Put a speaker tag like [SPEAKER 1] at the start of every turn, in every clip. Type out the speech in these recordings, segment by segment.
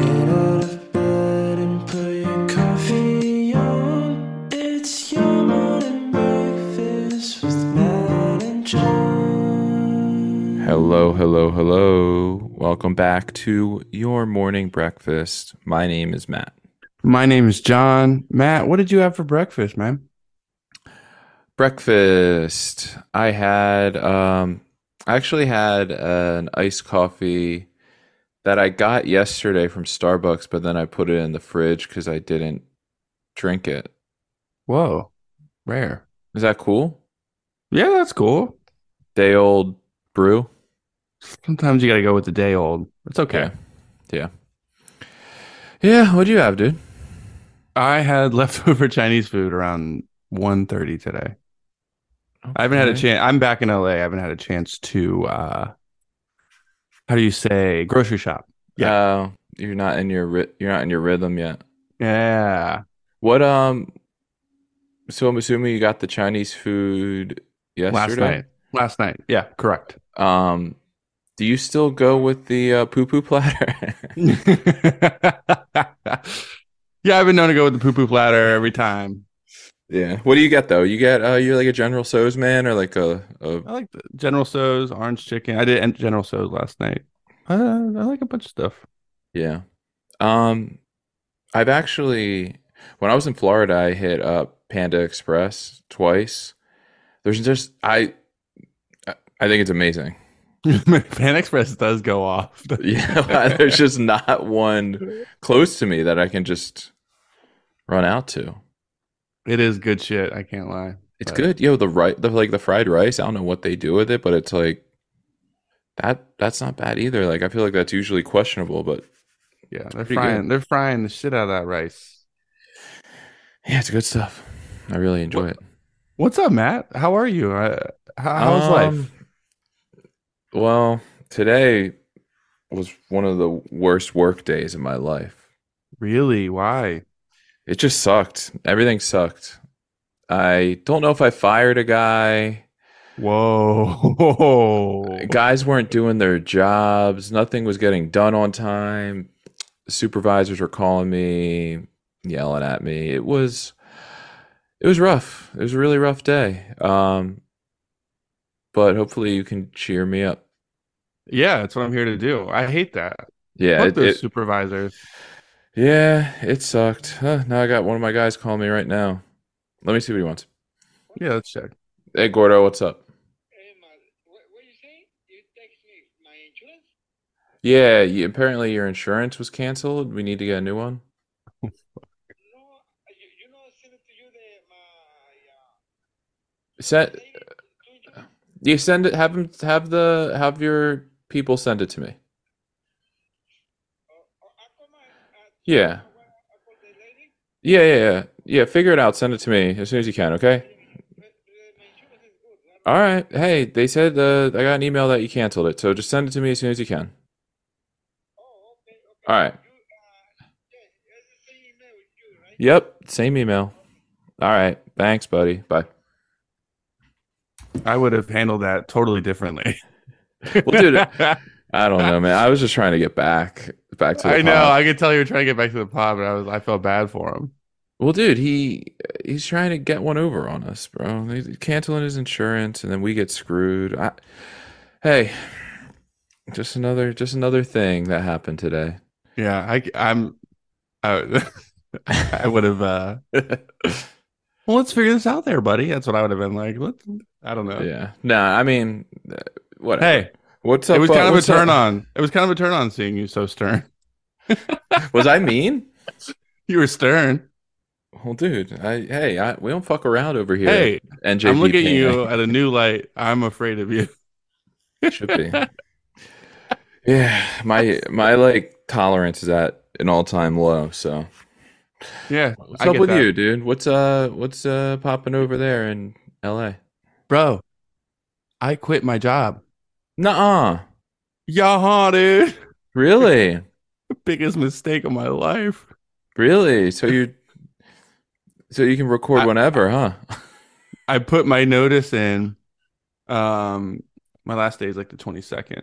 [SPEAKER 1] out of bed and put your coffee on. It's your morning breakfast with Matt and John.
[SPEAKER 2] Hello, hello, hello. Welcome back to your morning breakfast. My name is Matt.
[SPEAKER 3] My name is John. Matt, what did you have for breakfast, man?
[SPEAKER 2] Breakfast. I had um I actually had an iced coffee that I got yesterday from Starbucks, but then I put it in the fridge cuz I didn't drink it.
[SPEAKER 3] Whoa, rare.
[SPEAKER 2] Is that cool?
[SPEAKER 3] Yeah, that's cool.
[SPEAKER 2] Day old brew.
[SPEAKER 3] Sometimes you got to go with the day old. It's okay.
[SPEAKER 2] Yeah. Yeah, what'd you have, dude?
[SPEAKER 3] I had leftover Chinese food around 1.30 today. I haven't had a
[SPEAKER 2] Okay.
[SPEAKER 3] chance. I'm back in LA. I haven't had a chance to, uh, how do you say, grocery shop. Yeah.
[SPEAKER 2] Uh, you're not in your ry- you're not in your rhythm yet.
[SPEAKER 3] Yeah.
[SPEAKER 2] What um so I'm assuming you got the Chinese food
[SPEAKER 3] Last
[SPEAKER 2] yesterday.
[SPEAKER 3] night. Last night. Yeah, correct.
[SPEAKER 2] Um do you still go with the uh, poo poo platter?
[SPEAKER 3] yeah, I've been known to go with the poo poo platter every time.
[SPEAKER 2] yeah. What do you get though? You get uh you're like a General So's man or like a, a
[SPEAKER 3] I like the General So's orange chicken. I did en- General So's last night. Uh, I like a bunch of stuff.
[SPEAKER 2] yeah. Um I've actually when I was in Florida I hit up Panda Express twice. There's just I I I think it's amazing.
[SPEAKER 3] Pan Express does go off.
[SPEAKER 2] Yeah, there's just not one close to me that I can just run out to.
[SPEAKER 3] it is good shit. I can't lie.
[SPEAKER 2] It's
[SPEAKER 3] Right.
[SPEAKER 2] good. Yo, the right the like the fried rice, I don't know what they do with it, but it's like that that's not bad either. Like I feel like that's usually questionable, but
[SPEAKER 3] Yeah, they're
[SPEAKER 2] pretty
[SPEAKER 3] frying. They're frying the shit out of that rice.
[SPEAKER 2] yeah, it's good stuff. I really enjoy it.
[SPEAKER 3] What's up, Matt? How are you? Uh, how, how's life?
[SPEAKER 2] Um, Well, today was one of the worst work days of my life.
[SPEAKER 3] Really? Why?
[SPEAKER 2] It just sucked. Everything sucked. I don't know if I fired a guy.
[SPEAKER 3] Whoa!
[SPEAKER 2] guys weren't doing their jobs nothing was getting done on time supervisors were calling me yelling at me it was it was rough it was a really rough day um but hopefully you can cheer me up
[SPEAKER 3] yeah, that's what I'm here to do. I hate that.
[SPEAKER 2] yeah
[SPEAKER 3] Fuck
[SPEAKER 2] it,
[SPEAKER 3] those
[SPEAKER 2] it-
[SPEAKER 3] supervisors.
[SPEAKER 2] yeah it sucked huh, now i got one of my guys calling me right now let me see what he wants
[SPEAKER 3] Yeah, let's check.
[SPEAKER 2] hey gordo what's up
[SPEAKER 4] Hey, Mark, what, what you say? You text me my insurance?
[SPEAKER 2] yeah you, apparently your insurance was canceled we need to get a new one
[SPEAKER 4] No, you, you know, I sent it to you the my uh,
[SPEAKER 2] Set,
[SPEAKER 4] lady to insurance.
[SPEAKER 2] You send it. Have them. Have the. Have your people send it to me.
[SPEAKER 4] Or, or I call my uh,
[SPEAKER 2] Yeah.
[SPEAKER 4] I call the lady.
[SPEAKER 2] Yeah. Yeah. Yeah. Yeah. Figure it out. Send it to me as soon as you can. Okay.
[SPEAKER 4] But, uh, my insurance is good. I'm,
[SPEAKER 2] All right. Hey, they said uh, I got an email that you canceled it, so just send it to me as soon as you can.
[SPEAKER 4] oh, okay, okay.
[SPEAKER 2] All right.
[SPEAKER 4] You, uh, yeah, it's the same email with you, right?
[SPEAKER 2] Yep. Same email. All right. Thanks, buddy. Bye.
[SPEAKER 3] I would have handled that totally differently.
[SPEAKER 2] Well, dude, I don't know, man. I was just trying to get back back to. The
[SPEAKER 3] I know.
[SPEAKER 2] pod.
[SPEAKER 3] I could tell you were trying to get back to the pod, but I was I felt bad for him.
[SPEAKER 2] Well, dude, he he's trying to get one over on us, bro. He's canceling his insurance, and then we get screwed. I, hey, just another just another thing that happened today.
[SPEAKER 3] Yeah, I, am I, I would have. uh Well, let's figure this out, there, buddy. That's what I would have been like. Let's, I don't know.
[SPEAKER 2] yeah, nah. I mean, uh, what?
[SPEAKER 3] Hey,
[SPEAKER 2] what's up?
[SPEAKER 3] it was
[SPEAKER 2] uh,
[SPEAKER 3] kind of a
[SPEAKER 2] what's up-
[SPEAKER 3] turn on. It was kind of a turn on seeing you so stern.
[SPEAKER 2] Was I mean?
[SPEAKER 3] You were stern.
[SPEAKER 2] Well, dude, I hey, I, we don't fuck around over here.
[SPEAKER 3] Hey,
[SPEAKER 2] NJP
[SPEAKER 3] I'm looking at
[SPEAKER 2] Payne.
[SPEAKER 3] you at a new light. I'm afraid of you.
[SPEAKER 2] Should be. yeah, my my like tolerance is at an all time low. So.
[SPEAKER 3] Yeah,
[SPEAKER 2] What's
[SPEAKER 3] I
[SPEAKER 2] up
[SPEAKER 3] get
[SPEAKER 2] with
[SPEAKER 3] that.
[SPEAKER 2] you, dude? What's uh what's uh popping over there in LA?
[SPEAKER 3] bro. I quit my job.
[SPEAKER 2] Nuh-uh.
[SPEAKER 3] Yaha, dude.
[SPEAKER 2] Really?
[SPEAKER 3] Biggest mistake of my life.
[SPEAKER 2] really? So you so you can record
[SPEAKER 3] I-
[SPEAKER 2] whenever, huh?
[SPEAKER 3] I put my notice in. Um, my last day is like the 22nd.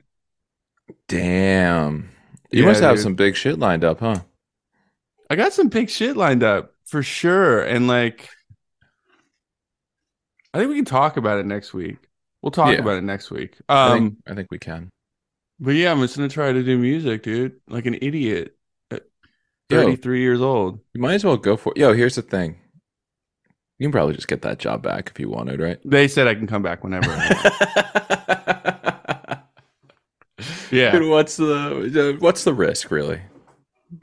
[SPEAKER 2] Damn. You
[SPEAKER 3] Yeah,
[SPEAKER 2] must have
[SPEAKER 3] dude.
[SPEAKER 2] some big shit lined up, huh?
[SPEAKER 3] I got some big shit lined up for sure. And like, I think we can talk about it next week. We'll talk
[SPEAKER 2] Yeah.
[SPEAKER 3] about it next week.
[SPEAKER 2] I
[SPEAKER 3] Um,
[SPEAKER 2] think, I think we can.
[SPEAKER 3] but yeah, I'm just gonna try to do music, dude. Like an idiot. at
[SPEAKER 2] Yo.
[SPEAKER 3] 33 years old.
[SPEAKER 2] You might as well go for it. Yo, here's the thing. You can probably just get that job back if you wanted, right?
[SPEAKER 3] They said I can come back whenever. I want. yeah.
[SPEAKER 2] Dude, what's the what's the risk really?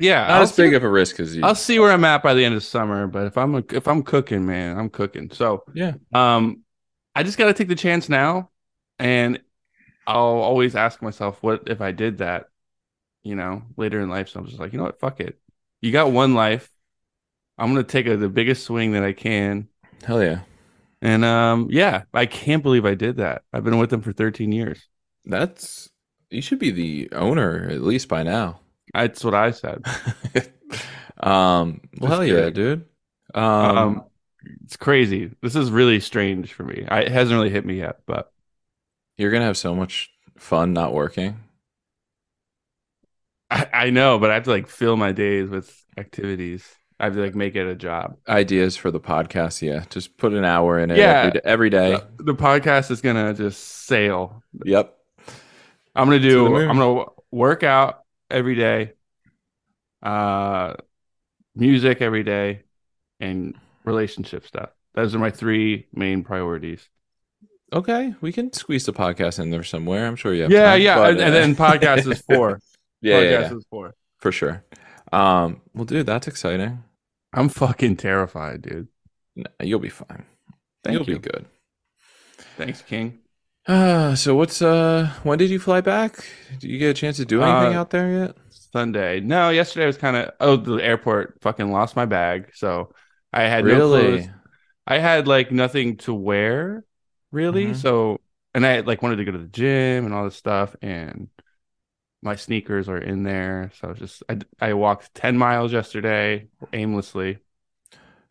[SPEAKER 3] Yeah.
[SPEAKER 2] Not
[SPEAKER 3] I'll
[SPEAKER 2] as big
[SPEAKER 3] see-
[SPEAKER 2] of a risk as you.
[SPEAKER 3] I'll see where I'm at by the end of summer, but if I'm if I'm cooking, man, I'm cooking. So
[SPEAKER 2] Yeah.
[SPEAKER 3] um, I just got to take the chance now, and I'll always ask myself, what if I did that? You know, later in life, so I'm just like, you know what, fuck it. You got one life. I'm gonna take a, the biggest swing that I can,
[SPEAKER 2] Hell yeah,
[SPEAKER 3] and um, yeah, I can't believe I did that. I've been with them for 13 years.
[SPEAKER 2] that's you should be the owner at least by now.
[SPEAKER 3] That's what I said.
[SPEAKER 2] um, well,
[SPEAKER 3] Just
[SPEAKER 2] hell yeah,
[SPEAKER 3] kidding.
[SPEAKER 2] dude. Um,
[SPEAKER 3] Um, it's crazy. This is really strange for me. I, it hasn't really hit me yet, but
[SPEAKER 2] you're gonna have so much fun not working.
[SPEAKER 3] I, I know, but I have to like fill my days with activities. I have to like make it a job.
[SPEAKER 2] Ideas for the podcast, yeah. Just put an hour in it
[SPEAKER 3] Yeah.
[SPEAKER 2] every, d- every day.
[SPEAKER 3] Uh, The podcast is gonna just sail.
[SPEAKER 2] Yep.
[SPEAKER 3] I'm gonna
[SPEAKER 2] To the
[SPEAKER 3] do.
[SPEAKER 2] moon.
[SPEAKER 3] I'm gonna work out every day. Uh, music every day, and relationship stuff. Those are my three main priorities.
[SPEAKER 2] Okay, we can squeeze the podcast in there somewhere. I'm sure you have.
[SPEAKER 3] Yeah,
[SPEAKER 2] time,
[SPEAKER 3] yeah,
[SPEAKER 2] but,
[SPEAKER 3] and, and
[SPEAKER 2] uh,
[SPEAKER 3] then podcast is four.
[SPEAKER 2] yeah,
[SPEAKER 3] podcast
[SPEAKER 2] yeah, yeah,
[SPEAKER 3] is four.
[SPEAKER 2] for sure. Um, well, dude, that's exciting.
[SPEAKER 3] I'm fucking terrified, dude.
[SPEAKER 2] No, you'll be fine.
[SPEAKER 3] Thank
[SPEAKER 2] you'll
[SPEAKER 3] you.
[SPEAKER 2] be good.
[SPEAKER 3] Thanks, King.
[SPEAKER 2] Uh, so what's uh? When did you fly back? Did you get a chance to do anything
[SPEAKER 3] Uh,
[SPEAKER 2] out there yet?
[SPEAKER 3] Sunday. No, yesterday was kind of. Oh, the airport fucking lost my bag, so I had no
[SPEAKER 2] really?
[SPEAKER 3] clothes. I had like nothing to wear really.
[SPEAKER 2] Mhm.
[SPEAKER 3] So, and I like wanted to go to the gym and all this stuff. And my sneakers are in there. So I was just, I, I walked 10 miles yesterday aimlessly.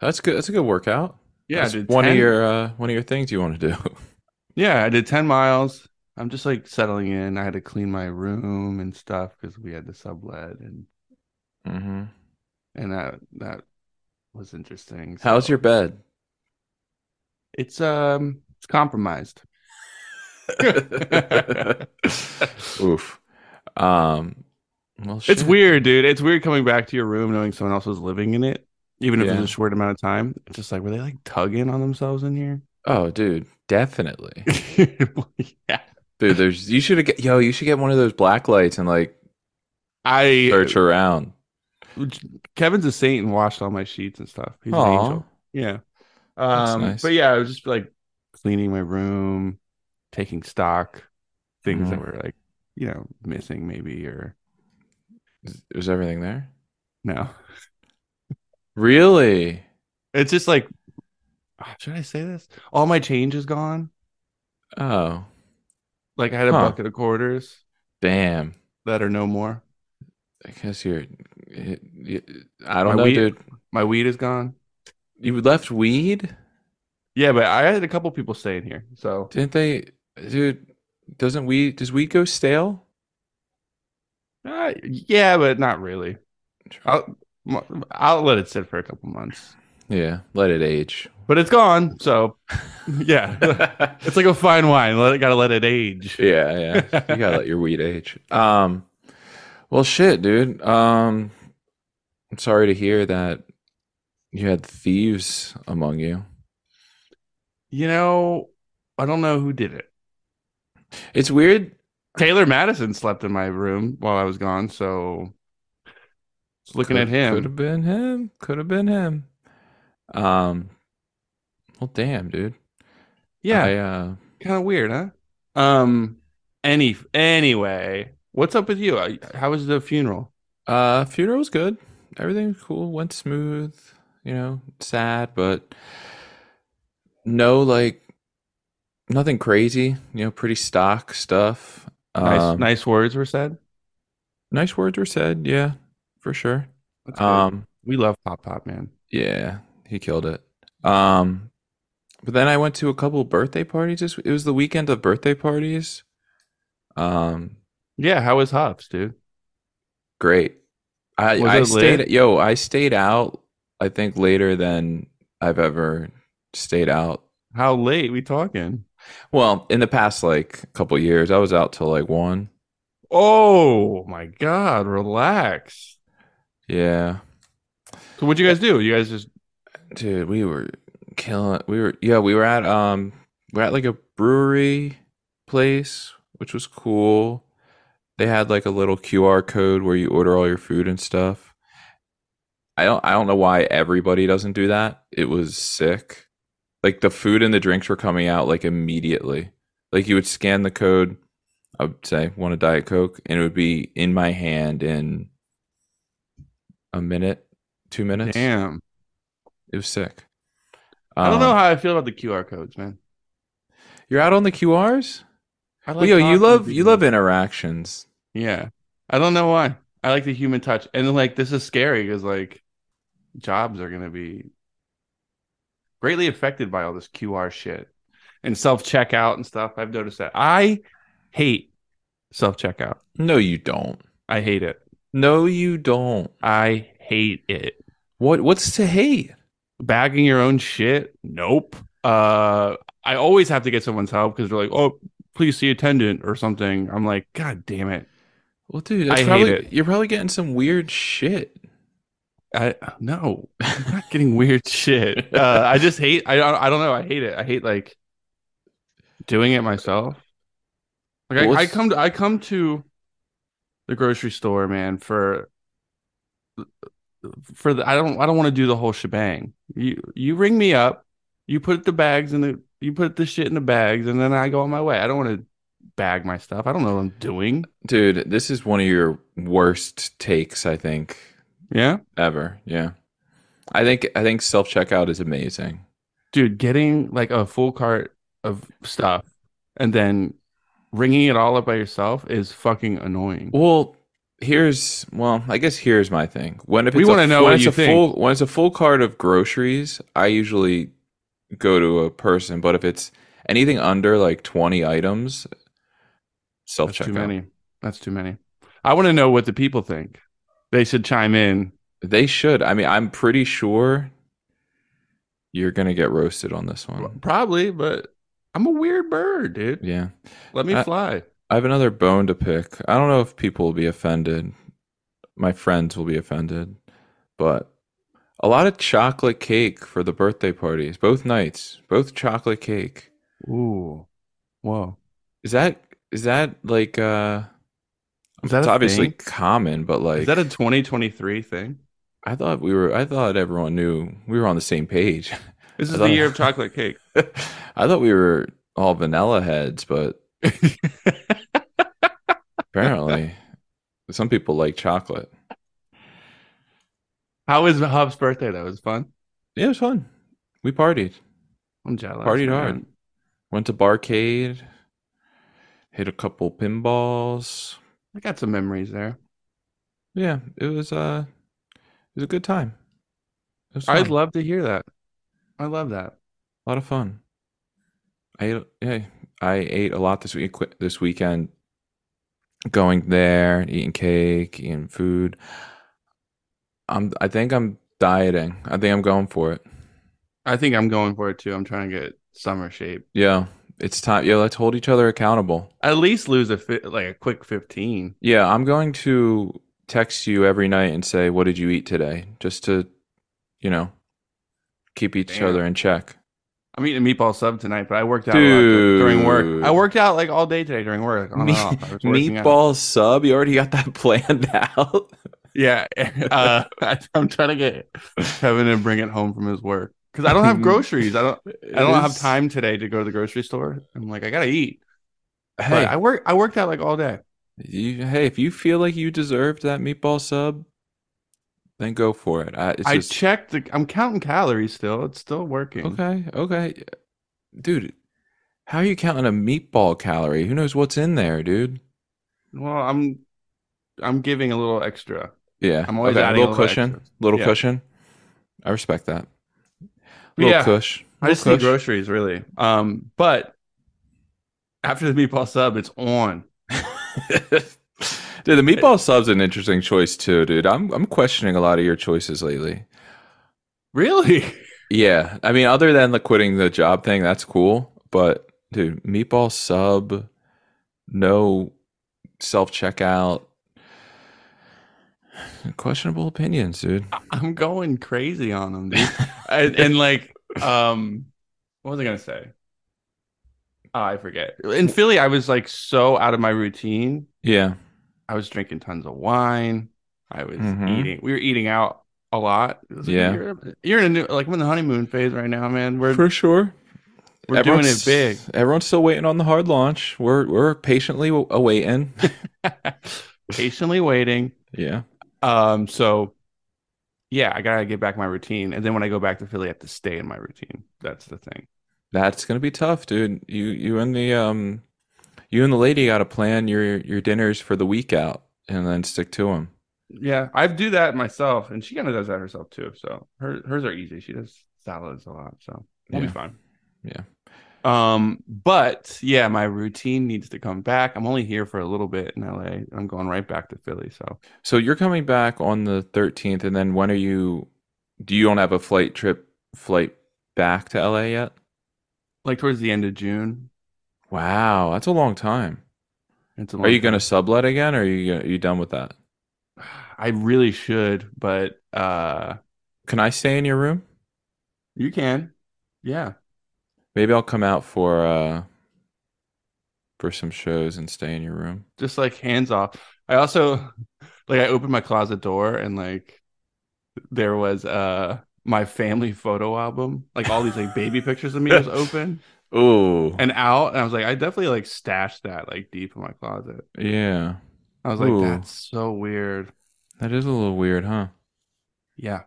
[SPEAKER 2] That's good. That's a good workout.
[SPEAKER 3] Yeah. I
[SPEAKER 2] That's
[SPEAKER 3] did
[SPEAKER 2] one
[SPEAKER 3] 10
[SPEAKER 2] of your uh, one of your things you want to do.
[SPEAKER 3] yeah, I did 10 miles. I'm just like settling in. I had to clean my room and stuff because we had to sublet and,
[SPEAKER 2] mm-hmm.
[SPEAKER 3] and that, that was interesting.
[SPEAKER 2] How's
[SPEAKER 3] So
[SPEAKER 2] your bed?
[SPEAKER 3] it's, um, it's compromised.
[SPEAKER 2] Oof. Um. Well,
[SPEAKER 3] It's
[SPEAKER 2] shit.
[SPEAKER 3] weird, dude. It's weird coming back to your room knowing someone else was living in it, even if
[SPEAKER 2] Yeah.
[SPEAKER 3] it's a short amount of time. It's just like, were they like tugging on themselves in here?
[SPEAKER 2] Oh, dude, definitely.
[SPEAKER 3] yeah.
[SPEAKER 2] Dude, there's you should get yo, you should get one of those black lights and like
[SPEAKER 3] I
[SPEAKER 2] search around.
[SPEAKER 3] Kevin's a saint and washed all my sheets and stuff. He's
[SPEAKER 2] Aw.
[SPEAKER 3] an angel. Yeah.
[SPEAKER 2] That's
[SPEAKER 3] Um,
[SPEAKER 2] nice.
[SPEAKER 3] But yeah, I was just like cleaning my room, taking stock, things that
[SPEAKER 2] Mhm.
[SPEAKER 3] were like, you know, missing maybe or
[SPEAKER 2] Is- Was everything there?
[SPEAKER 3] no.
[SPEAKER 2] Really?
[SPEAKER 3] It's just like, ah, should I say this? All my change is gone.
[SPEAKER 2] Oh,
[SPEAKER 3] Like I had a
[SPEAKER 2] Huh.
[SPEAKER 3] bucket of quarters
[SPEAKER 2] damn.
[SPEAKER 3] that are no more.
[SPEAKER 2] I guess you're. y- y- I don't
[SPEAKER 3] My
[SPEAKER 2] know,
[SPEAKER 3] weed-
[SPEAKER 2] dude.
[SPEAKER 3] My weed is gone.
[SPEAKER 2] You left weed?
[SPEAKER 3] Yeah, but I had a couple people staying here. So
[SPEAKER 2] Didn't they, dude? Doesn't weed? Does weed go stale?
[SPEAKER 3] uh, yeah, but not really. I'll m- I'll let it sit for a couple months,
[SPEAKER 2] Yeah, let it age.
[SPEAKER 3] but it's gone. So yeah,
[SPEAKER 2] yeah,
[SPEAKER 3] it's like a fine wine. Let it gotta let it age.
[SPEAKER 2] yeah. You gotta let your weed age. Um, well, shit, dude. Um, I'm sorry to hear that you had thieves among you.
[SPEAKER 3] You know, I don't know who did it.
[SPEAKER 2] It's weird.
[SPEAKER 3] Taylor Madison slept in my room while I was gone, so just looking at
[SPEAKER 2] Could
[SPEAKER 3] him.
[SPEAKER 2] have been him. Could have been him. Um. Well, damn, dude.
[SPEAKER 3] Yeah,
[SPEAKER 2] I, uh,
[SPEAKER 3] kind of weird, huh? Um. Any anyway, what's up with you? Uh, How was the funeral?
[SPEAKER 2] Uh, funeral was good. Everything was cool. Went smooth. You know, sad, but no, like nothing crazy. You know, pretty stock stuff.
[SPEAKER 3] Nice,
[SPEAKER 2] Um,
[SPEAKER 3] nice words were said.
[SPEAKER 2] nice words were said. Yeah, for sure.
[SPEAKER 3] That's good.
[SPEAKER 2] Um,
[SPEAKER 3] we love Pop Pop, man.
[SPEAKER 2] yeah, he killed it. Um, but then I went to a couple birthday parties. This it was the weekend of birthday parties. Um,
[SPEAKER 3] Yeah, how was Hops, dude?
[SPEAKER 2] great. I,
[SPEAKER 3] Was
[SPEAKER 2] I
[SPEAKER 3] it
[SPEAKER 2] stayed.
[SPEAKER 3] lit?
[SPEAKER 2] Yo, I stayed out. I think later than I've ever stayed out.
[SPEAKER 3] How late we talking?
[SPEAKER 2] Well, in the past like couple years, I was out till like one.
[SPEAKER 3] Oh my god, relax.
[SPEAKER 2] Yeah,
[SPEAKER 3] So what'd you guys do? You guys just
[SPEAKER 2] dude, we were killing. We were yeah, we were at um, we're at like a brewery place, which was cool. They had like a little QR code where you order all your food and stuff. I don't I don't know why everybody doesn't do that. It was sick. Like the food and the drinks were coming out like immediately. Like you would scan the code. I would say want a diet coke, and it would be in my hand in a minute, two minutes.
[SPEAKER 3] damn.
[SPEAKER 2] It was sick.
[SPEAKER 3] I don't know
[SPEAKER 2] Um,
[SPEAKER 3] how I feel about the QR codes, man.
[SPEAKER 2] You're out on the QRs.
[SPEAKER 3] I
[SPEAKER 2] Well, yo, you
[SPEAKER 3] talking to
[SPEAKER 2] love you
[SPEAKER 3] people.
[SPEAKER 2] love interactions.
[SPEAKER 3] Yeah. I don't know why. I like the human touch. And then, like this is scary because like jobs are gonna be greatly affected by all this QR shit and self checkout and stuff. I've noticed that. I hate self checkout.
[SPEAKER 2] No, you don't.
[SPEAKER 3] I hate it.
[SPEAKER 2] No, you don't.
[SPEAKER 3] I hate it.
[SPEAKER 2] What what's to hate?
[SPEAKER 3] Bagging your own shit? Nope. Uh I always have to get someone's help because they're like, oh, please see attendant or something. I'm like, God damn it.
[SPEAKER 2] Well, dude,
[SPEAKER 3] I
[SPEAKER 2] that's
[SPEAKER 3] hate
[SPEAKER 2] probably,
[SPEAKER 3] it.
[SPEAKER 2] You're probably getting some weird shit.
[SPEAKER 3] I no, I'm not getting weird shit. Uh, I just hate. I don't- I don't know. I hate it. I hate like doing it myself. Like
[SPEAKER 2] Well,
[SPEAKER 3] I, I
[SPEAKER 2] it's-
[SPEAKER 3] come to I come to the grocery store, man. For for the I don't I don't want to do the whole shebang. You you ring me up. You put the bags in the you put the shit in the bags, and then I go on my way. I don't want to bag my stuff. I don't know what I'm doing.
[SPEAKER 2] Dude, this is one of your worst takes, I think,
[SPEAKER 3] Yeah.
[SPEAKER 2] ever. Yeah. I think I think self checkout is amazing.
[SPEAKER 3] dude getting like a full cart of stuff and then ringing it all up by yourself is fucking annoying
[SPEAKER 2] Well, here's well, I guess here's my thing. When if
[SPEAKER 3] We
[SPEAKER 2] it's a
[SPEAKER 3] wanna know
[SPEAKER 2] full-
[SPEAKER 3] what
[SPEAKER 2] when it's
[SPEAKER 3] you
[SPEAKER 2] a full when it's a full cart of groceries, I usually go to a person, but if it's anything under like 20 items, self
[SPEAKER 3] that's too
[SPEAKER 2] checkout.
[SPEAKER 3] many that's too many i want to know what the people think they should chime in
[SPEAKER 2] They should. I mean, I'm pretty sure you're going to get roasted on this
[SPEAKER 3] Um,
[SPEAKER 2] one.
[SPEAKER 3] probably but i'm a weird bird dude
[SPEAKER 2] Yeah.
[SPEAKER 3] let me
[SPEAKER 2] I-
[SPEAKER 3] fly
[SPEAKER 2] I have another bone to pick. I don't know if people will be offended. My friends will be offended, but a lot of chocolate cake for the birthday parties, both nights, both chocolate cake.
[SPEAKER 3] ooh whoa
[SPEAKER 2] Is that is that like uh
[SPEAKER 3] Is that
[SPEAKER 2] it's
[SPEAKER 3] a
[SPEAKER 2] obviously
[SPEAKER 3] thing?
[SPEAKER 2] common, but like
[SPEAKER 3] is that a 2023 thing
[SPEAKER 2] I thought we were I thought everyone knew we were on the same page.
[SPEAKER 3] this
[SPEAKER 2] I
[SPEAKER 3] is
[SPEAKER 2] thought-
[SPEAKER 3] the year of chocolate cake
[SPEAKER 2] I thought we were all vanilla heads, but apparently some people like chocolate.
[SPEAKER 3] how was hub's birthday though it was fun
[SPEAKER 2] Yeah, it was fun. We partied.
[SPEAKER 3] i'm jealous
[SPEAKER 2] Partied
[SPEAKER 3] man.
[SPEAKER 2] hard. Went to barcade, hit a couple pinballs.
[SPEAKER 3] i got some memories there
[SPEAKER 2] Yeah, it was uh it was a good time. It was
[SPEAKER 3] I'd
[SPEAKER 2] fun.
[SPEAKER 3] love to hear that. I love that.
[SPEAKER 2] a lot of fun. I ate, yeah, I ate a lot this week this weekend going there, eating cake, eating food. I'm I think I'm dieting. I think I'm going for it.
[SPEAKER 3] I think I'm going for it too. I'm trying to get summer shape.
[SPEAKER 2] Yeah, it's time. Yeah, let's hold each other accountable.
[SPEAKER 3] At least lose a fi- like a quick 15.
[SPEAKER 2] Yeah, I'm going to text you every night and say, "What did you eat today?" Just to, you know, keep each
[SPEAKER 3] Damn.
[SPEAKER 2] other in check.
[SPEAKER 3] I'm eating a meatball sub tonight, but I worked out a lot dur- during work.
[SPEAKER 2] Dude.
[SPEAKER 3] I worked out like all day today during work. On and
[SPEAKER 2] Me-
[SPEAKER 3] off. I was working out.
[SPEAKER 2] Meatball sub, you already got that planned out.
[SPEAKER 3] Yeah, uh, I, I'm trying to get Kevin to bring it home from his work because I don't have groceries. I don't. I don't have time today to go to the grocery store. I'm like, I gotta eat. But
[SPEAKER 2] Hey,
[SPEAKER 3] I work. I worked out like all day.
[SPEAKER 2] you, hey, if you feel like you deserved that meatball sub, then go for it. I, it's
[SPEAKER 3] I
[SPEAKER 2] just,
[SPEAKER 3] checked. The, I'm counting calories still. It's still working.
[SPEAKER 2] okay, okay, dude. How are you counting a meatball calorie? Who knows what's in there, dude?
[SPEAKER 3] Well, I'm I'm giving a little extra.
[SPEAKER 2] Yeah,
[SPEAKER 3] I'm always adding a
[SPEAKER 2] little
[SPEAKER 3] little
[SPEAKER 2] cushion,
[SPEAKER 3] extra.
[SPEAKER 2] little
[SPEAKER 3] Yeah.
[SPEAKER 2] cushion. I respect that.
[SPEAKER 3] But
[SPEAKER 2] Little
[SPEAKER 3] yeah,
[SPEAKER 2] cush.
[SPEAKER 3] I
[SPEAKER 2] Little
[SPEAKER 3] just need
[SPEAKER 2] cush.
[SPEAKER 3] groceries really. Um, but after the meatball sub, it's on.
[SPEAKER 2] Dude, the meatball sub's an interesting choice too, dude. I'm I'm questioning a lot of your choices lately.
[SPEAKER 3] Really?
[SPEAKER 2] Yeah, I mean, other than the quitting the job thing, that's cool. But dude, meatball sub, no self checkout. Questionable opinions, dude.
[SPEAKER 3] I'm going crazy on them, dude. and, and like, um, what was I gonna say? Oh, I forget. In Philly, I was like so out of my routine.
[SPEAKER 2] Yeah,
[SPEAKER 3] I was drinking tons of wine. I was
[SPEAKER 2] Mhm.
[SPEAKER 3] eating. We were eating out a lot. It was like,
[SPEAKER 2] Yeah.
[SPEAKER 3] you're, you're in a new like I'm in the honeymoon phase right now, man. We're
[SPEAKER 2] for sure.
[SPEAKER 3] we're doing it big.
[SPEAKER 2] Everyone's still waiting on the hard launch. We're we're patiently awaiting.
[SPEAKER 3] patiently waiting.
[SPEAKER 2] yeah.
[SPEAKER 3] Um, so yeah, I gotta get back my routine, and then when I go back to Philly, I have to stay in my routine. That's the thing.
[SPEAKER 2] That's gonna be tough, dude. You you and the um, you and the lady got to plan your your dinners for the week out, and then stick to them.
[SPEAKER 3] Yeah, I do that myself, and she kind of does that herself too. So her hers are easy. She does salads a lot, so we'll
[SPEAKER 2] Yeah.
[SPEAKER 3] be fine.
[SPEAKER 2] Yeah.
[SPEAKER 3] Um, but yeah, my routine needs to come back. I'm only here for a little bit in LA. I'm going right back to Philly. So
[SPEAKER 2] So you're coming back on the 13th, and then when are you? Do you don't have a flight trip flight back to LA yet?
[SPEAKER 3] like towards the end of June,
[SPEAKER 2] Wow, that's a long time.
[SPEAKER 3] it's a
[SPEAKER 2] Are you
[SPEAKER 3] long-
[SPEAKER 2] going to sublet again, or are you gonna, are you done with that?
[SPEAKER 3] I really should, but uh,
[SPEAKER 2] Can I stay in your room?
[SPEAKER 3] you can. Yeah,
[SPEAKER 2] Maybe I'll come out for uh for some shows and stay in your room.
[SPEAKER 3] just like hands off. I also like I opened my closet door and like there was uh my family photo album, like all these like baby pictures of me was open
[SPEAKER 2] Ooh,
[SPEAKER 3] and out, and I was like, I definitely like stashed that like deep in my closet.
[SPEAKER 2] yeah,
[SPEAKER 3] I was like,
[SPEAKER 2] Ooh.
[SPEAKER 3] that's so weird.
[SPEAKER 2] that is a little weird, huh?
[SPEAKER 3] Yeah.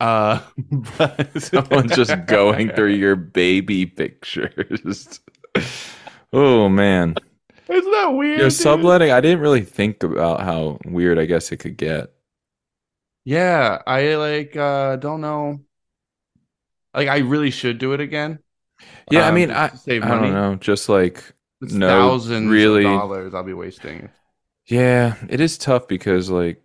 [SPEAKER 3] Uh, but
[SPEAKER 2] Someone's just going through your baby pictures. oh man.
[SPEAKER 3] Isn't that weird?
[SPEAKER 2] Yo,
[SPEAKER 3] dude?
[SPEAKER 2] subletting, I didn't really think about how weird I guess it could get.
[SPEAKER 3] Yeah, I like uh don't know. Like I really should do it again.
[SPEAKER 2] Yeah, I
[SPEAKER 3] um,
[SPEAKER 2] mean,
[SPEAKER 3] just
[SPEAKER 2] I,
[SPEAKER 3] to save
[SPEAKER 2] I don't
[SPEAKER 3] money.
[SPEAKER 2] know. Just like,
[SPEAKER 3] It's
[SPEAKER 2] No,
[SPEAKER 3] thousands
[SPEAKER 2] really.
[SPEAKER 3] of dollars I'll be wasting.
[SPEAKER 2] yeah, it is tough because like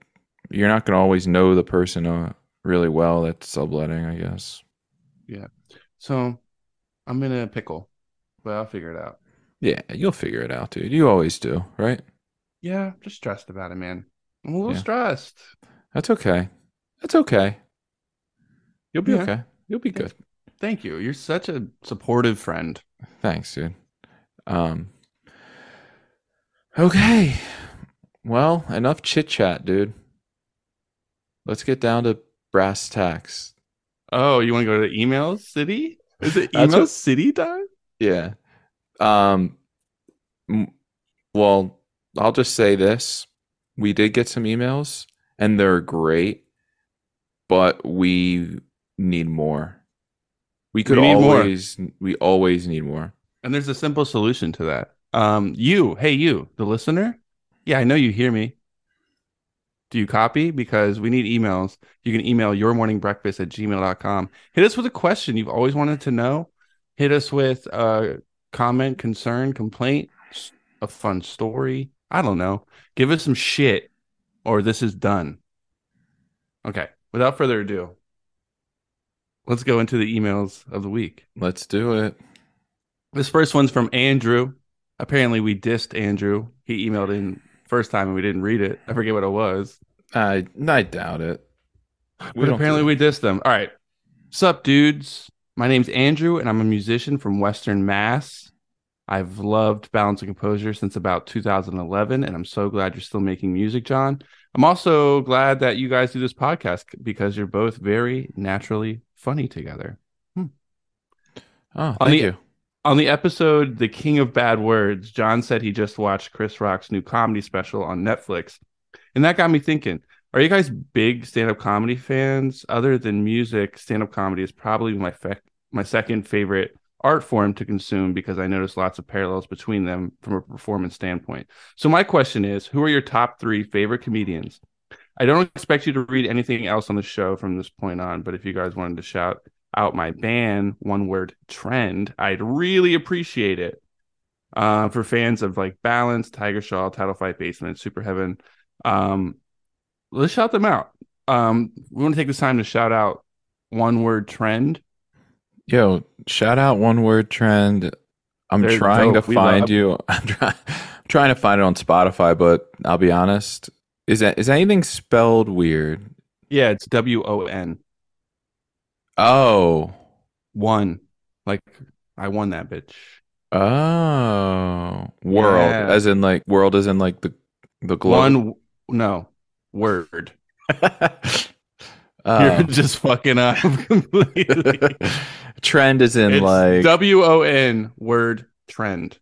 [SPEAKER 2] you're not going to always know the person uh, really well that's subletting, I guess.
[SPEAKER 3] So I'm in a pickle, but I'll figure it out.
[SPEAKER 2] Yeah, you'll figure it out, dude. You always do, right?
[SPEAKER 3] Yeah, I'm just stressed about it, man. I'm a little
[SPEAKER 2] Yeah.
[SPEAKER 3] stressed.
[SPEAKER 2] That's okay. That's okay. You'll be
[SPEAKER 3] Yeah.
[SPEAKER 2] okay. You'll be good.
[SPEAKER 3] Thank you. You're such a supportive friend.
[SPEAKER 2] Thanks, dude. Um Okay. Well, enough chit chat, dude. Let's get down to brass tacks.
[SPEAKER 3] Oh, you want to go to the email city? Is it
[SPEAKER 2] That's
[SPEAKER 3] email
[SPEAKER 2] what-
[SPEAKER 3] city time?
[SPEAKER 2] Yeah. Um m- well, I'll just say this. We did get some emails and they're great, but we need more. We could
[SPEAKER 3] We need more.
[SPEAKER 2] always we always need more.
[SPEAKER 3] And there's a simple solution to that. Um, you, hey, you, the listener. Yeah, I know you hear me. Do you copy? Because we need emails. You can email your morning breakfast at gmail.com. Hit us with a question you've always wanted to know. Hit us with a comment, concern, complaint, s- a fun story. I don't know. Give us some shit or this is done. Okay. Without further ado, let's go into the emails of the week.
[SPEAKER 2] Let's do it.
[SPEAKER 3] This first one's from Andrew. Apparently, we dissed Andrew. He emailed in first time and we didn't read it. I forget what it was,
[SPEAKER 2] I I doubt it.
[SPEAKER 3] but apparently we dissed them. All right, sup, dudes. My name's Andrew, and I'm a musician from Western Mass. I've loved Balance and Composure since about 2011, and I'm so glad you're still making music, John. I'm also glad that you guys do this podcast because you're both very naturally funny together.
[SPEAKER 2] Oh,
[SPEAKER 3] On
[SPEAKER 2] thank
[SPEAKER 3] the-
[SPEAKER 2] you.
[SPEAKER 3] On the episode The King of Bad Words, John said he just watched Chris Rock's new comedy special on Netflix. And that got me thinking are you guys big stand up comedy fans? Other than music, stand up comedy is probably my, fe- my second favorite art form to consume because I notice lots of parallels between them from a performance standpoint. So, my question is who are your top three favorite comedians? I don't expect you to read anything else on the show from this point on, but if you guys wanted to shout out my ban, one word trend, I'd really appreciate it. uh, for fans of like Balance, Tiger Shaw, Title Fight Basement, Super Heaven. Um, let's shout them out. Um, we want to take this time to shout out One Word Trend.
[SPEAKER 2] Yo, shout out one word trend. I'm
[SPEAKER 3] They're
[SPEAKER 2] trying
[SPEAKER 3] dope.
[SPEAKER 2] to
[SPEAKER 3] We
[SPEAKER 2] find
[SPEAKER 3] love-
[SPEAKER 2] you. I'm try- trying to find it on Spotify, but I'll be honest. Is that is anything spelled weird?
[SPEAKER 3] Yeah, it's W O N
[SPEAKER 2] Oh.
[SPEAKER 3] one. Like I won that bitch.
[SPEAKER 2] Oh. World.
[SPEAKER 3] Yeah.
[SPEAKER 2] As in like world as in like the the globe.
[SPEAKER 3] One no word. You're
[SPEAKER 2] Oh.
[SPEAKER 3] just fucking up completely.
[SPEAKER 2] trend is in like
[SPEAKER 3] it's W O N word trend.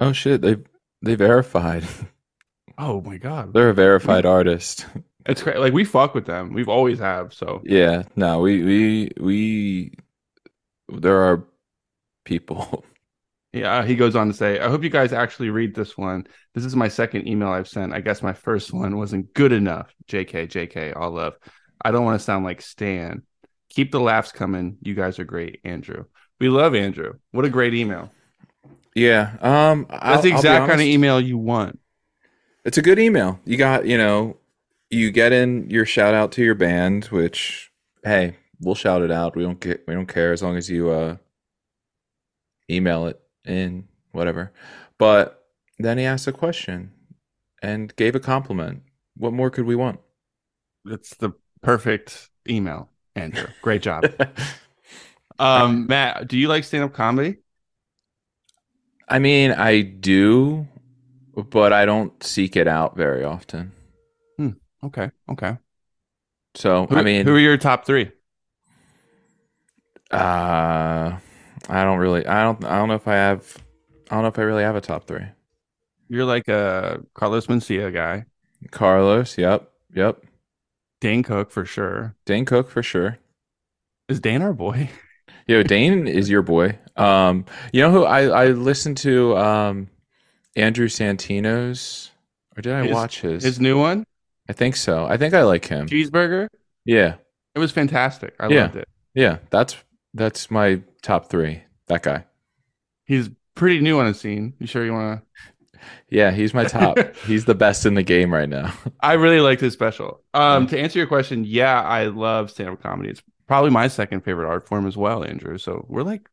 [SPEAKER 2] oh shit, they they verified.
[SPEAKER 3] Oh my god,
[SPEAKER 2] They're a verified artist.
[SPEAKER 3] it's cra- like we fuck with them. We've always have. So
[SPEAKER 2] Yeah, no, we we we there are people.
[SPEAKER 3] yeah, he goes on to say, "I hope you guys actually read this one. This is my second email I've sent. I guess my first one wasn't good enough. Jk, Jk, all love. I don't want to sound like Stan. Keep the laughs coming. You guys are great, Andrew. We love Andrew. What a great email.
[SPEAKER 2] Yeah, um,
[SPEAKER 3] That's the exact kind of email you want.
[SPEAKER 2] It's a good email. You got you know, you get in your shout out to your band, which hey, we'll shout it out. We don't get we don't care as long as you uh email it in whatever. But then he asked a question and gave a compliment. What more could we want?
[SPEAKER 3] That's the perfect email, Andrew. Great job. Um, Matt, do you like stand up comedy?
[SPEAKER 2] I mean, I do, but I don't seek it out very often.
[SPEAKER 3] Okay, okay.
[SPEAKER 2] So
[SPEAKER 3] Who,
[SPEAKER 2] I mean,
[SPEAKER 3] who are your top three?
[SPEAKER 2] uh, I don't really, I don't, I don't know if I have, I don't know if I really have a top three.
[SPEAKER 3] You're like a Carlos Mencia guy,
[SPEAKER 2] Carlos, yep, yep.
[SPEAKER 3] Dane Cook for sure.
[SPEAKER 2] Dane Cook for sure.
[SPEAKER 3] Is Dane our boy?
[SPEAKER 2] Yo, Dane is your boy. Um, you know who I I listened to um, Andrew Santino's, or did I
[SPEAKER 3] His-
[SPEAKER 2] watch his?
[SPEAKER 3] His new one,
[SPEAKER 2] I think so. I think I like him.
[SPEAKER 3] Cheeseburger.
[SPEAKER 2] Yeah,
[SPEAKER 3] It was fantastic. I
[SPEAKER 2] Um, Yeah.
[SPEAKER 3] loved it.
[SPEAKER 2] yeah. That's that's my top three. That guy.
[SPEAKER 3] He's pretty new on the scene. You sure you want to?
[SPEAKER 2] Yeah, he's my top. he's the best in the game right now.
[SPEAKER 3] I really liked his special. Um,
[SPEAKER 2] Yeah.
[SPEAKER 3] to answer your question, yeah, I love stand up comedy. It's probably my second favorite art form as well, Andrew. So we're like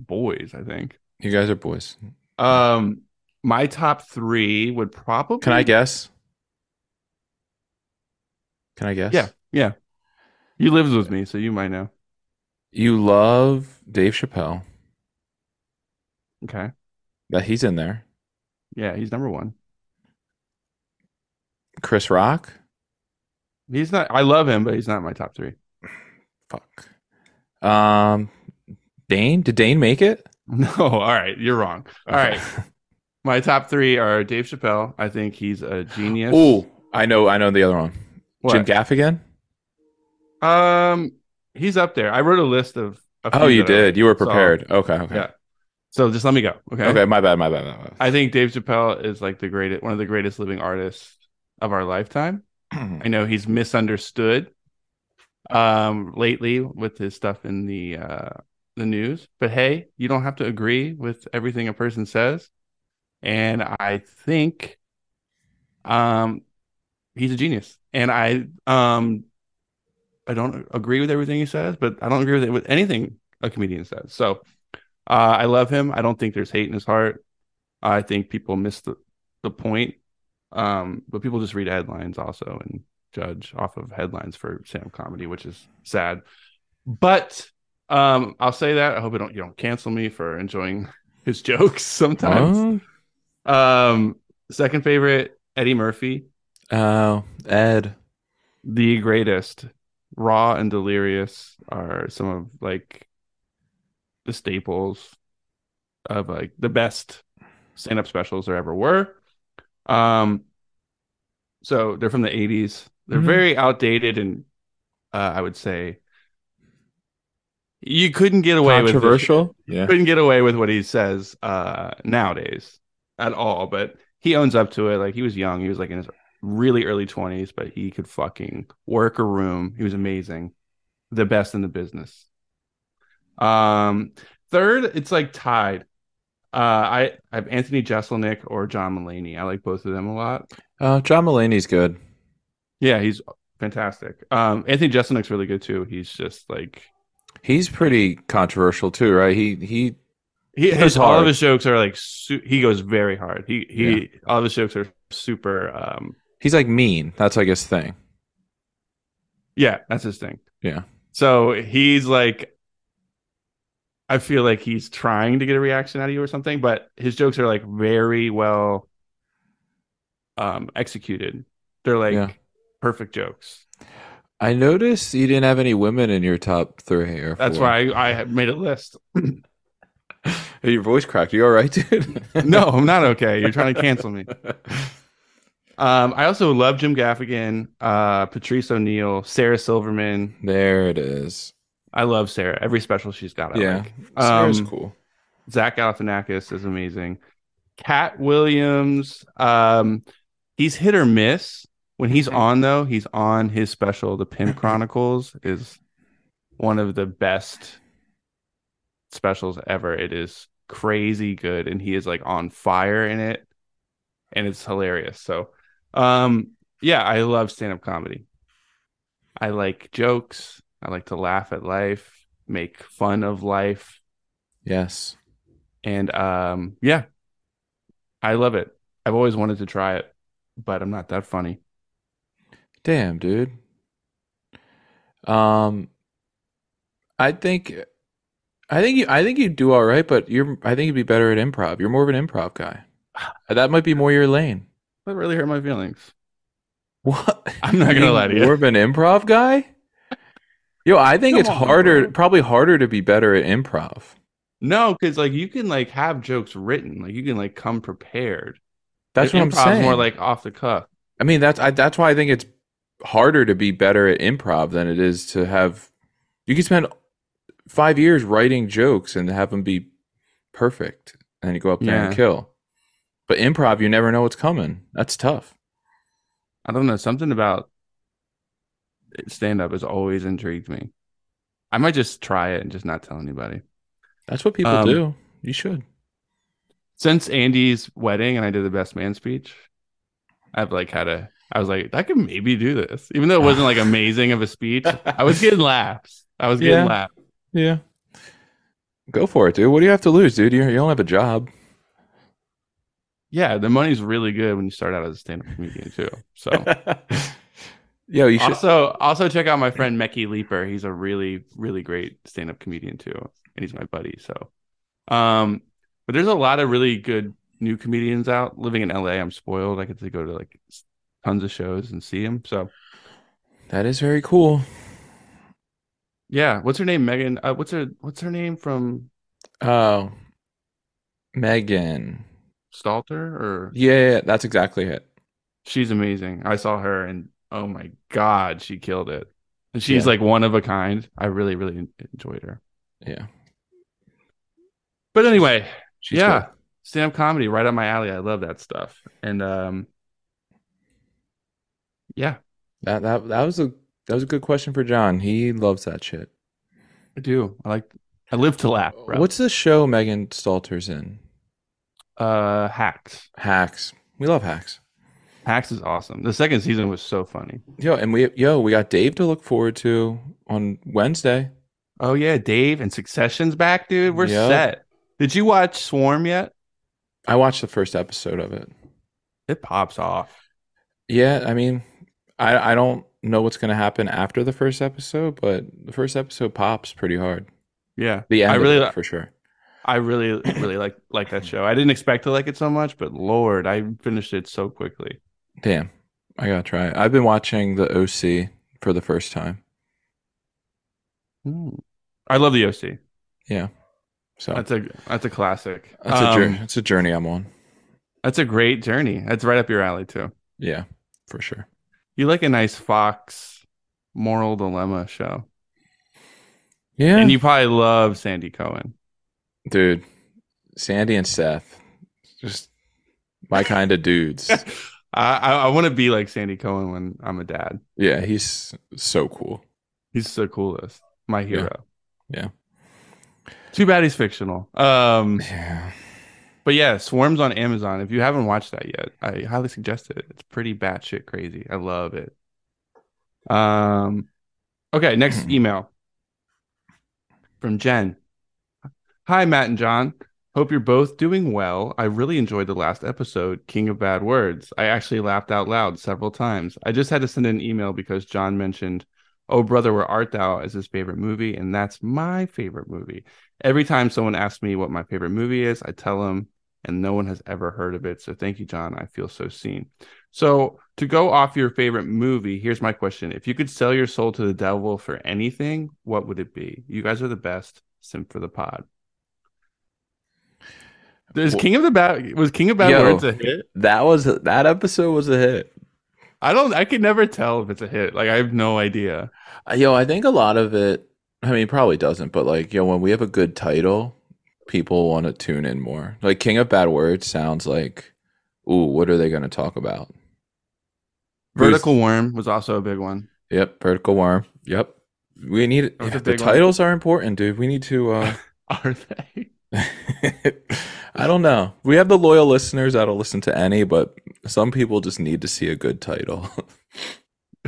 [SPEAKER 3] boys, I think.
[SPEAKER 2] You guys are boys.
[SPEAKER 3] Um, my top three would probably
[SPEAKER 2] Can I guess? Can I guess?
[SPEAKER 3] Yeah, yeah. You lives with me, so you might know.
[SPEAKER 2] You love Dave Chappelle.
[SPEAKER 3] Okay.
[SPEAKER 2] That he's in there.
[SPEAKER 3] Yeah, he's number one.
[SPEAKER 2] Chris Rock.
[SPEAKER 3] He's not. I love him, but he's not in my top three.
[SPEAKER 2] Fuck. Um, Dane. Did Dane make it?
[SPEAKER 3] No. All right, you're wrong. All right, my top three are Dave Chappelle. I think he's a genius.
[SPEAKER 2] Oh, I know. I know the other one. Jim
[SPEAKER 3] What?
[SPEAKER 2] Gaffigan.
[SPEAKER 3] um, he's up there. I wrote a list of. a
[SPEAKER 2] Oh,
[SPEAKER 3] few
[SPEAKER 2] you
[SPEAKER 3] that I
[SPEAKER 2] did. You were
[SPEAKER 3] so-
[SPEAKER 2] prepared. okay. Okay.
[SPEAKER 3] yeah. So just let me go. Okay.
[SPEAKER 2] Okay. My bad. My bad. My bad.
[SPEAKER 3] I think Dave Chappelle is like the greatest, one of the greatest living artists of our lifetime. I know he's misunderstood um lately with his stuff in the uh the news. But hey, you don't have to agree with everything a person says. And I think um he's a genius. And I um I don't agree with everything he says, but I don't agree with with anything a comedian says. So uh I love him. I don't think there's hate in his heart. I think people miss the, the point um but people just read headlines also and judge off of headlines for stand-up comedy which is sad but um i'll say that i hope I don't you don't cancel me for enjoying his jokes sometimes
[SPEAKER 2] Oh,
[SPEAKER 3] um second favorite eddie murphy
[SPEAKER 2] oh, Ed.
[SPEAKER 3] the greatest raw and delirious are some of like the staples of like the best stand-up specials there ever were um so they're from the 80s they're
[SPEAKER 2] Mhm.
[SPEAKER 3] very outdated and uh, i would say you couldn't get away with this
[SPEAKER 2] Controversial. Yeah.
[SPEAKER 3] couldn't get away with what he says uh nowadays at all but he owns up to it like he was young he was like in his really early 20s but he could fucking work a room he was amazing the best in the business um third it's like tied Uh, I I have Anthony Jeselnik or John Mulaney. I like both of them a lot.
[SPEAKER 2] Uh, John Mulaney's good.
[SPEAKER 3] Yeah, he's fantastic. Um, Anthony Jeselnik's really good too. He's just like
[SPEAKER 2] He's pretty controversial too, right? He he
[SPEAKER 3] he
[SPEAKER 2] Goes
[SPEAKER 3] his, all of
[SPEAKER 2] hard.
[SPEAKER 3] his jokes are like su- he goes very hard. He he all of his jokes are super. Um,
[SPEAKER 2] he's like mean. That's like his thing.
[SPEAKER 3] yeah, that's his thing.
[SPEAKER 2] Yeah.
[SPEAKER 3] So he's like, I feel like he's trying to get a reaction out of you or something, but his jokes are like very well um executed. They're like
[SPEAKER 2] Yeah.
[SPEAKER 3] perfect jokes.
[SPEAKER 2] I noticed you didn't have any women in your top three or
[SPEAKER 3] That's
[SPEAKER 2] four.
[SPEAKER 3] why I, I made a list.
[SPEAKER 2] Hey, Your voice cracked. Are you all right, dude?
[SPEAKER 3] No, I'm not okay. You're trying to cancel me. Um, I also love Jim Gaffigan, uh, Patrice O'Neill, Sarah Silverman.
[SPEAKER 2] there it is.
[SPEAKER 3] I love Sarah. Every special she's got. I
[SPEAKER 2] yeah.
[SPEAKER 3] like.
[SPEAKER 2] Sarah's
[SPEAKER 3] Um,
[SPEAKER 2] cool.
[SPEAKER 3] Zach Galifianakis is amazing. Cat Williams, um, he's hit or miss. When he's on though, he's on his special. The Pimp Chronicles is one of the best specials ever. It is crazy good, and he is like on fire in it, and it's hilarious. So, um, yeah, I love stand-up comedy. I like jokes. I like to laugh at life, make fun of life
[SPEAKER 2] Yes.
[SPEAKER 3] and um yeah i love it i've always wanted to try it but i'm not that funny
[SPEAKER 2] Damn, dude. Um, I think, I think you, I think you do all right, but you're, I think you'd be better at improv. You're more of an improv guy. That might be more your lane.
[SPEAKER 3] that really hurt my feelings
[SPEAKER 2] What?
[SPEAKER 3] i'm not gonna lie to
[SPEAKER 2] More
[SPEAKER 3] you
[SPEAKER 2] of an improv guy. Yo, I think
[SPEAKER 3] Come
[SPEAKER 2] it's
[SPEAKER 3] on,
[SPEAKER 2] harder,
[SPEAKER 3] bro.
[SPEAKER 2] probably harder to be better at improv.
[SPEAKER 3] no because like you can like have jokes written like you can like come prepared
[SPEAKER 2] That's
[SPEAKER 3] Your
[SPEAKER 2] what I'm
[SPEAKER 3] improv's
[SPEAKER 2] saying.
[SPEAKER 3] more like off the cuff
[SPEAKER 2] I mean, that's I, that's why I think it's harder to be better at improv than it is to have. You can spend five years writing jokes and have them be perfect, and then you go up there
[SPEAKER 3] Yeah.
[SPEAKER 2] and kill. But improv, you never know what's coming. That's tough.
[SPEAKER 3] i don't know something about stand up has always intrigued me i might just try it and just not tell anybody
[SPEAKER 2] That's what people
[SPEAKER 3] Um,
[SPEAKER 2] do. You should.
[SPEAKER 3] since andy's wedding and i did the best man speech i've like had a i was like i could maybe do this even though it wasn't like amazing of a speech I was getting laughs. I was
[SPEAKER 2] Yeah.
[SPEAKER 3] getting laughs.
[SPEAKER 2] Yeah. Go for it, dude. What do you have to lose, dude? You, you don't have a job.
[SPEAKER 3] Yeah, the money's really good when you start out as a stand-up comedian too. So
[SPEAKER 2] Yo, you should.
[SPEAKER 3] also also check out my friend Mecky Leaper. He's a really really great stand-up comedian too, and he's my buddy. So, um, but there's a lot of really good new comedians out. Living in LA, I'm spoiled. I get to go to like s- tons of shows and see them. So
[SPEAKER 2] That is very cool.
[SPEAKER 3] yeah, what's her name? Megan. Uh, what's her What's her name from
[SPEAKER 2] Oh, Megan.
[SPEAKER 3] Stalter? Or
[SPEAKER 2] Yeah, yeah, that's exactly it.
[SPEAKER 3] she's amazing. I saw her and oh my god, she killed it. And she's
[SPEAKER 2] Yeah.
[SPEAKER 3] like one of a kind. I really really en- enjoyed her.
[SPEAKER 2] Yeah.
[SPEAKER 3] But anyway,
[SPEAKER 2] She's
[SPEAKER 3] yeah,
[SPEAKER 2] good.
[SPEAKER 3] stand up comedy right up my alley. I love that stuff. And um yeah,
[SPEAKER 2] That that that was a that was a good question for John. He loves that shit.
[SPEAKER 3] I do. I like I live to laugh, bro.
[SPEAKER 2] What's the show Megan Stalter's in?
[SPEAKER 3] uh Hacks.
[SPEAKER 2] Hacks. We love hacks.
[SPEAKER 3] Hacks is awesome. The second season was so funny.
[SPEAKER 2] Yo, and we yo, we got Dave to look forward to on Wednesday.
[SPEAKER 3] Oh yeah, Dave and Succession's back, dude. We're
[SPEAKER 2] Yep.
[SPEAKER 3] set. Did you watch Swarm yet?
[SPEAKER 2] I watched the first episode of it.
[SPEAKER 3] It pops off.
[SPEAKER 2] Yeah, I mean, I I don't know what's gonna happen after the first episode, but the first episode pops pretty hard.
[SPEAKER 3] Yeah.
[SPEAKER 2] The end
[SPEAKER 3] I
[SPEAKER 2] of
[SPEAKER 3] really
[SPEAKER 2] it,
[SPEAKER 3] li-
[SPEAKER 2] for sure.
[SPEAKER 3] I really, really like like that show. I didn't expect to like it so much, but Lord, I finished it so quickly.
[SPEAKER 2] Damn. I gotta try it. I've been watching the OC for the first time. Hmm.
[SPEAKER 3] I love the OC.
[SPEAKER 2] So
[SPEAKER 3] That's a that's a classic.
[SPEAKER 2] Oh. that's a jour-
[SPEAKER 3] Um,
[SPEAKER 2] that's a journey I'm on.
[SPEAKER 3] that's a great journey. That's right up your alley too.
[SPEAKER 2] Yeah, for sure.
[SPEAKER 3] You like a nice Fox moral dilemma show,
[SPEAKER 2] Yeah.
[SPEAKER 3] and you probably love Sandy Cohen.
[SPEAKER 2] Dude, Sandy and Seth, just my kind of dudes.
[SPEAKER 3] I I, I want to be like Sandy Cohen when I'm a dad.
[SPEAKER 2] Yeah, he's so cool.
[SPEAKER 3] He's the coolest. My hero.
[SPEAKER 2] Yeah.
[SPEAKER 3] Too bad he's fictional. Um.
[SPEAKER 2] Yeah.
[SPEAKER 3] But yeah, Swarms on Amazon. If you haven't watched that yet, I highly suggest it. It's pretty batshit crazy. I love it. Um, okay, next email from Jen. Hi, Matt and John. Hope you're both doing well. I really enjoyed the last episode, King of Bad Words. I actually laughed out loud several times. I just had to send an email because John mentioned Oh Brother Where Art Thou as his favorite movie, and that's my favorite movie. Every time someone asks me what my favorite movie is, I tell them, and no one has ever heard of it. So thank you, John. I feel so seen. So to go off your favorite movie, here's my question: If you could sell your soul to the devil for anything, what would it be? You guys are the best. Simp for the pod. Is
[SPEAKER 2] Well-
[SPEAKER 3] King of the Bad was King of Bad
[SPEAKER 2] Yo.
[SPEAKER 3] Words a hit?
[SPEAKER 2] That was that episode was a hit.
[SPEAKER 3] I don't. I can never tell if it's a hit. Like I have no idea.
[SPEAKER 2] Uh, Yo, I think a lot of it. I mean, it probably doesn't, but like, yo, when we have a good title, people want to tune in more. Like, King of Bad Words sounds like, ooh, what are they going to talk about? Who's-
[SPEAKER 3] Vertical Worm was also a big one.
[SPEAKER 2] Yep, vertical worm. Yep, we need
[SPEAKER 3] That was
[SPEAKER 2] yeah,
[SPEAKER 3] a
[SPEAKER 2] the
[SPEAKER 3] big one.
[SPEAKER 2] titles are important, dude. We need to. uh
[SPEAKER 3] Are they?
[SPEAKER 2] I don't know. We have the loyal listeners that'll listen to any, but some people just need to see a good title.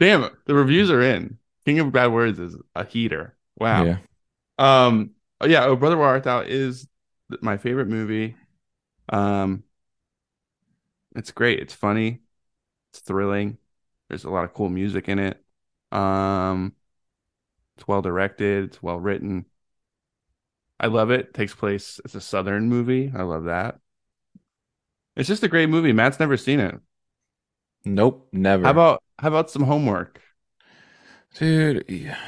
[SPEAKER 3] Damn, it, the reviews are in. King of Bad Words is a heater. Wow.
[SPEAKER 2] Yeah.
[SPEAKER 3] Um. oh, Yeah. Oh, Brother, Where Art Thou is th- my favorite movie. Um. It's great. It's funny. It's thrilling. There's a lot of cool music in it. Um. It's well directed. It's well written. I love it. Takes place. It's a southern movie. I love that. It's just a great movie. Matt's never seen it.
[SPEAKER 2] Nope, never.
[SPEAKER 3] How about how about some homework?
[SPEAKER 2] dude? yeah.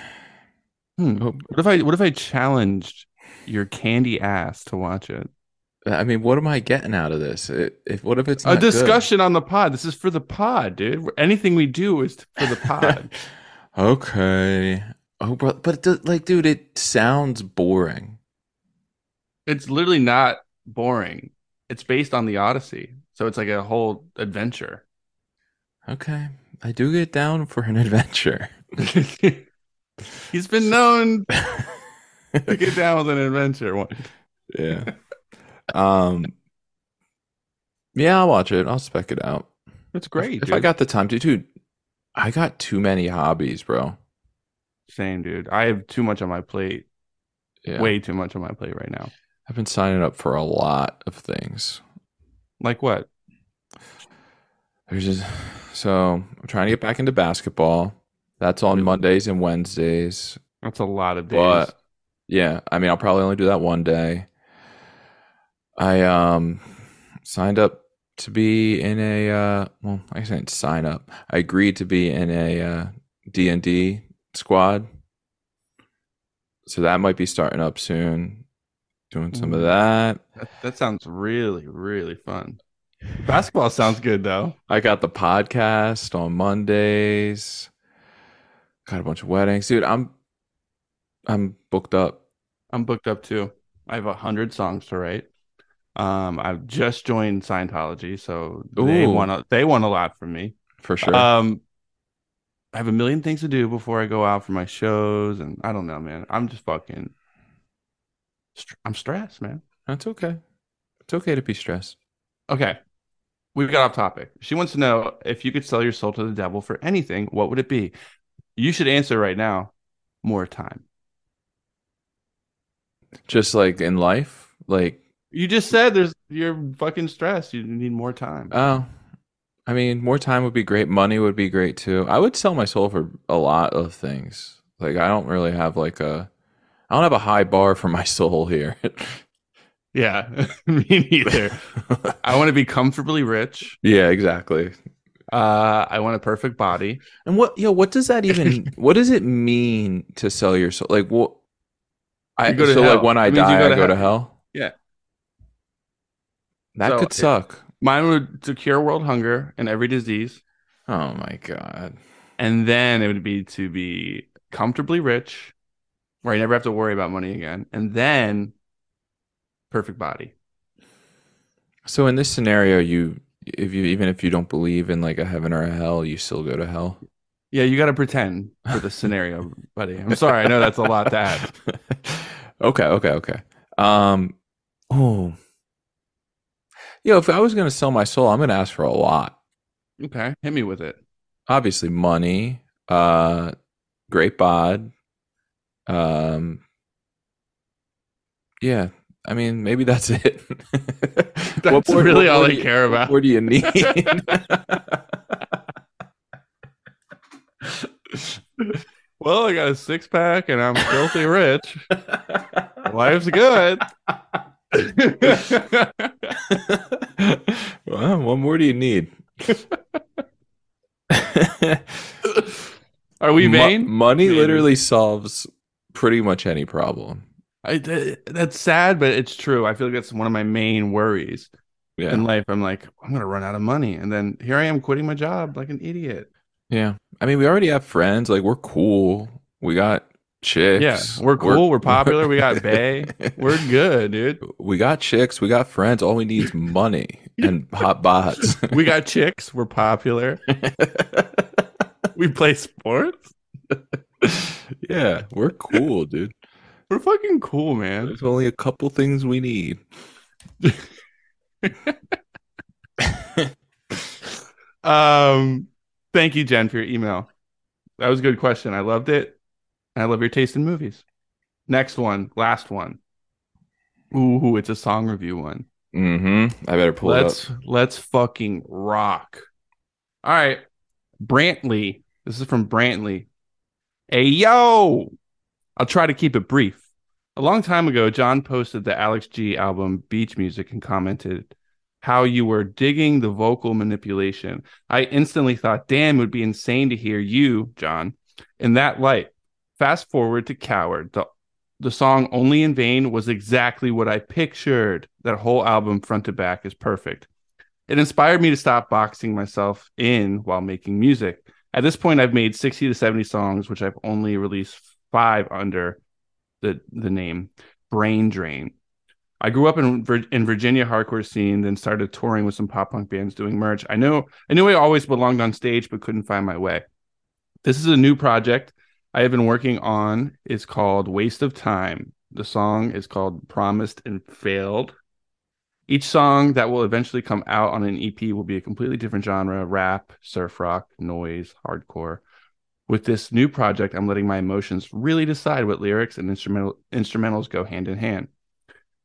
[SPEAKER 3] Hmm.
[SPEAKER 2] Oh.
[SPEAKER 3] What if I what if I challenged your candy ass to watch it?
[SPEAKER 2] I mean, what am I getting out of this? It, if what if it's
[SPEAKER 3] a
[SPEAKER 2] not good?
[SPEAKER 3] discussion on the pod. This is for the pod, dude. Anything we do is for the pod.
[SPEAKER 2] okay. Oh, bro, but it does- like, dude, it sounds boring.
[SPEAKER 3] it's literally not boring. It's based on the Odyssey, so it's like a whole adventure.
[SPEAKER 2] Okay, I do get down for an adventure.
[SPEAKER 3] He's been known to get down with an adventure. One-
[SPEAKER 2] yeah. Um. Yeah, I'll watch it. I'll spec it out.
[SPEAKER 3] That's great,
[SPEAKER 2] If
[SPEAKER 3] dude.
[SPEAKER 2] I got the time, dude, dude. I got too many hobbies, bro.
[SPEAKER 3] Same, dude. I have too much on my plate.
[SPEAKER 2] Yeah.
[SPEAKER 3] Way too much on my plate right now.
[SPEAKER 2] I've been signing up for a lot of things.
[SPEAKER 3] Like what?
[SPEAKER 2] There's just so I'm trying to get back into basketball. That's on Mondays and Wednesdays.
[SPEAKER 3] That's a lot of days.
[SPEAKER 2] But yeah, I mean, I'll probably only do that one day. I um signed up to be in a uh well, I guess I didn't sign up. I agreed to be in a uh D and D squad. So that might be starting up soon. Doing some of
[SPEAKER 3] Mm.
[SPEAKER 2] that.
[SPEAKER 3] that, that sounds really, really fun. Basketball sounds good though.
[SPEAKER 2] I got the podcast on Mondays. Got a bunch of weddings. Dude, I'm I'm booked up.
[SPEAKER 3] I'm booked up too. I have a hundred songs to write. Um, I've just joined Scientology, so they
[SPEAKER 2] Ooh.
[SPEAKER 3] want a, they want a lot from me.
[SPEAKER 2] For sure.
[SPEAKER 3] Um, I have a million things to do before I go out for my shows, and I don't know, man. I'm just fucking. str- I'm stressed, man.
[SPEAKER 2] That's okay. It's okay to be stressed.
[SPEAKER 3] Okay, we've got off topic. She wants to know if you could sell your soul to the devil for anything, what would it be? You should answer right now. More time.
[SPEAKER 2] just like in life like
[SPEAKER 3] You just said there's you're fucking stressed. You need more time.
[SPEAKER 2] oh i mean more time would be great money would be great too i would sell my soul for a lot of things like i don't really have like a i don't have a high bar for my soul here
[SPEAKER 3] Yeah, me neither. I want to be comfortably rich.
[SPEAKER 2] yeah exactly
[SPEAKER 3] Uh, I want a perfect body.
[SPEAKER 2] and what yo what does that even what does it mean to sell your soul like what i
[SPEAKER 3] You go to
[SPEAKER 2] so
[SPEAKER 3] hell.
[SPEAKER 2] like when i
[SPEAKER 3] It means you
[SPEAKER 2] die
[SPEAKER 3] go
[SPEAKER 2] i
[SPEAKER 3] to
[SPEAKER 2] go to
[SPEAKER 3] hell.
[SPEAKER 2] hell
[SPEAKER 3] Yeah.
[SPEAKER 2] that
[SPEAKER 3] So
[SPEAKER 2] could
[SPEAKER 3] it-
[SPEAKER 2] suck
[SPEAKER 3] Mine would to cure world hunger and every disease,
[SPEAKER 2] oh my god
[SPEAKER 3] and then it would be to be comfortably rich, where I never have to worry about money again, and then perfect body.
[SPEAKER 2] So in this scenario, you if you even if you don't believe in like a heaven or a hell, you still go to hell.
[SPEAKER 3] Yeah, you got to pretend for the scenario, buddy. I'm sorry. I know that's a lot to ask.
[SPEAKER 2] okay, okay, okay. Um Oh. Yo, if I was gonna sell my soul, I'm gonna ask for a lot.
[SPEAKER 3] Okay, hit me with it.
[SPEAKER 2] Obviously, money, uh, great bod. Um, yeah, I mean, maybe that's it.
[SPEAKER 3] That's really all I
[SPEAKER 2] do you-
[SPEAKER 3] care about.
[SPEAKER 2] What more do you need?
[SPEAKER 3] Well, I got a six pack and I'm filthy rich. Life's good.
[SPEAKER 2] well, what more do you need?
[SPEAKER 3] Are we
[SPEAKER 2] Mo-
[SPEAKER 3] vain?
[SPEAKER 2] money
[SPEAKER 3] Maybe.
[SPEAKER 2] literally solves pretty much any problem.
[SPEAKER 3] I, th- that's sad, but it's true. I feel like that's one of my main worries
[SPEAKER 2] Yeah.
[SPEAKER 3] in life. I'm like, I'm gonna run out of money, and then here I am quitting my job like an idiot.
[SPEAKER 2] yeah. I mean, we already have friends. Like, we're cool. We got chicks.
[SPEAKER 3] Yeah, we're cool. We're, popular. We got Bay. We're good, dude.
[SPEAKER 2] we got chicks. We got friends. All we need is money and hot bots.
[SPEAKER 3] We got chicks. We're popular. We play sports.
[SPEAKER 2] yeah, we're cool, dude.
[SPEAKER 3] We're fucking cool, man.
[SPEAKER 2] There's only a couple things we need.
[SPEAKER 3] Um, thank you, Jen, for your email. That was a good question. I loved it. And I love your taste in movies. Next one, last one. Ooh, it's a song review one.
[SPEAKER 2] Mm-hmm. I better pull it
[SPEAKER 3] let's let's fucking rock. All right, Brantley. This is from Brantley. Hey yo, I'll try to keep it brief. A long time ago, John posted the Alex G album Beach Music and commented how you were digging the vocal manipulation. I instantly thought, damn, it would be insane to hear you, John, in that light. Fast forward to Coward, the the song Only in Vain was exactly what I pictured. That whole album, front to back, is perfect. It inspired me to stop boxing myself in while making music. At this point, I've made 60 to 70 songs, which I've only released five under the, the name Brain Drain. I grew up in Vir- in Virginia hardcore scene, then started touring with some pop punk bands doing merch. I know I knew I always belonged on stage, but couldn't find my way. This is a new project I have been working on is called Waste of Time. The song is called Promised and Failed. Each song that will eventually come out on an EP will be a completely different genre rap, surf rock, noise, hardcore. With this new project, I'm letting my emotions really decide what lyrics and instrumental, instrumentals go hand in hand.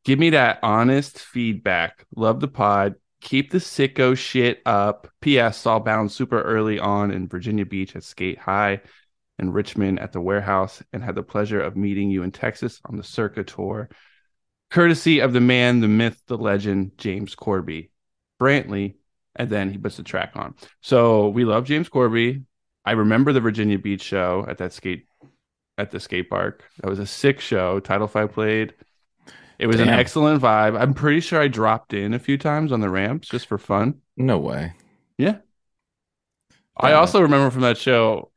[SPEAKER 3] Give me that honest feedback. Love the pod. Keep the sicko shit up. P.S. Saw Bound super early on in Virginia Beach at Skate High in Richmond at the warehouse and had the pleasure of meeting you in Texas on the Circa tour, courtesy of the man, the myth, the legend, James Corby. Brantley, and then he puts the track on. So we love James Corby. I remember the Virginia Beach show at that skate at the skate park. That was a sick show. Title Five played. It was an
[SPEAKER 2] Damn.
[SPEAKER 3] excellent vibe. I'm pretty sure I dropped in a few times on the ramps just for fun.
[SPEAKER 2] up. No way.
[SPEAKER 3] I
[SPEAKER 2] Yeah.
[SPEAKER 3] also remember from that show,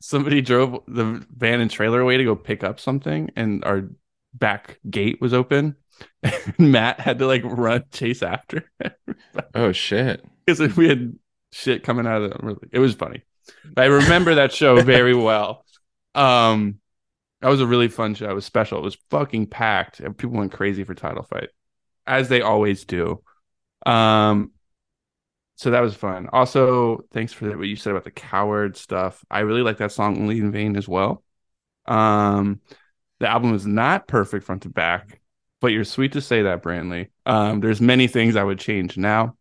[SPEAKER 3] somebody drove the van and trailer away to go pick up something, and our back gate was open. And Matt had to like run chase after
[SPEAKER 2] Oh shit.
[SPEAKER 3] because we had shit coming out of the. It was funny. I remember that show very well. Um, that was a really fun show. It was special. It was fucking packed, and people went crazy for title fight, as they always do. Um, so that was fun. Also, thanks for what you said about the coward stuff. I really like that song "Only in Vain" as well. Um, the album is not perfect front to back, but you're sweet to say that, Brantley. Um, there's many things I would change now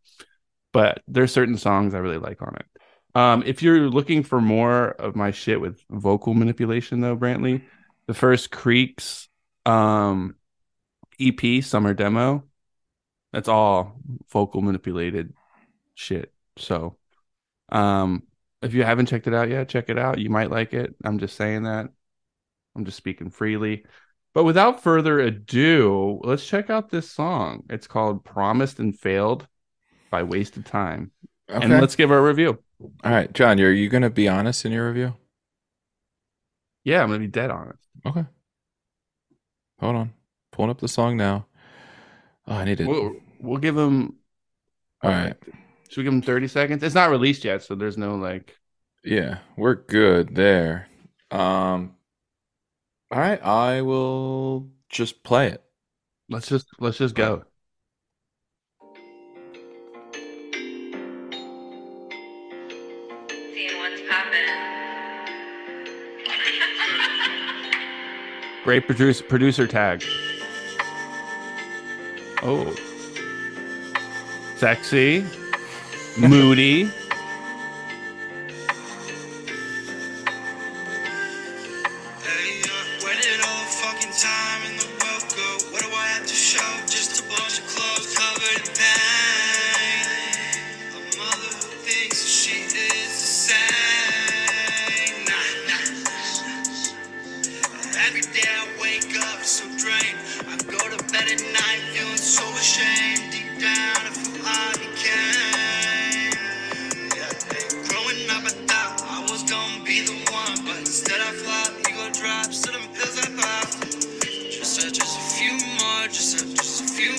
[SPEAKER 3] but there's certain songs I really like on it. Um, if you're looking for more of my shit with vocal manipulation, though, Brantley, the first Creeks um, EP summer demo, that's all vocal manipulated shit. So, um, if you haven't checked it out yet, check it out. You might like it. I'm just saying that. I'm just speaking freely. But without further ado, let's check out this song. It's called Promised and Failed by Wasted Time.
[SPEAKER 2] Okay.
[SPEAKER 3] And let's give her a review.
[SPEAKER 2] All right, John, are you gonna be honest in your review?
[SPEAKER 3] Yeah, I'm gonna be dead on it.
[SPEAKER 2] Okay. Hold on. Pulling up the song now. Oh, I need it.
[SPEAKER 3] We'll, we'll give him.
[SPEAKER 2] All right.
[SPEAKER 3] Should we give him 30 seconds? It's not released yet, so there's no like.
[SPEAKER 2] Yeah, we're good there. Um all right, I will just play it.
[SPEAKER 3] Let's just let's just go.
[SPEAKER 5] Seeing what's poppin'.
[SPEAKER 3] Great producer producer tag. Oh. Sexy. Moody.
[SPEAKER 4] Hey, uh, waited all the fucking time in the world go. What do I have to show? Just a bunch of clothes covered in pain. A mother who thinks she is the same. Nah, nah. Every day I wake up so drained. I go to bed at night feeling so ashamed. Deep down, of who I became. Growing up, I thought I was gonna be the one, but instead I flop. Ego drops to them pills I pop. Just, uh, just a few more, just, uh, just a few.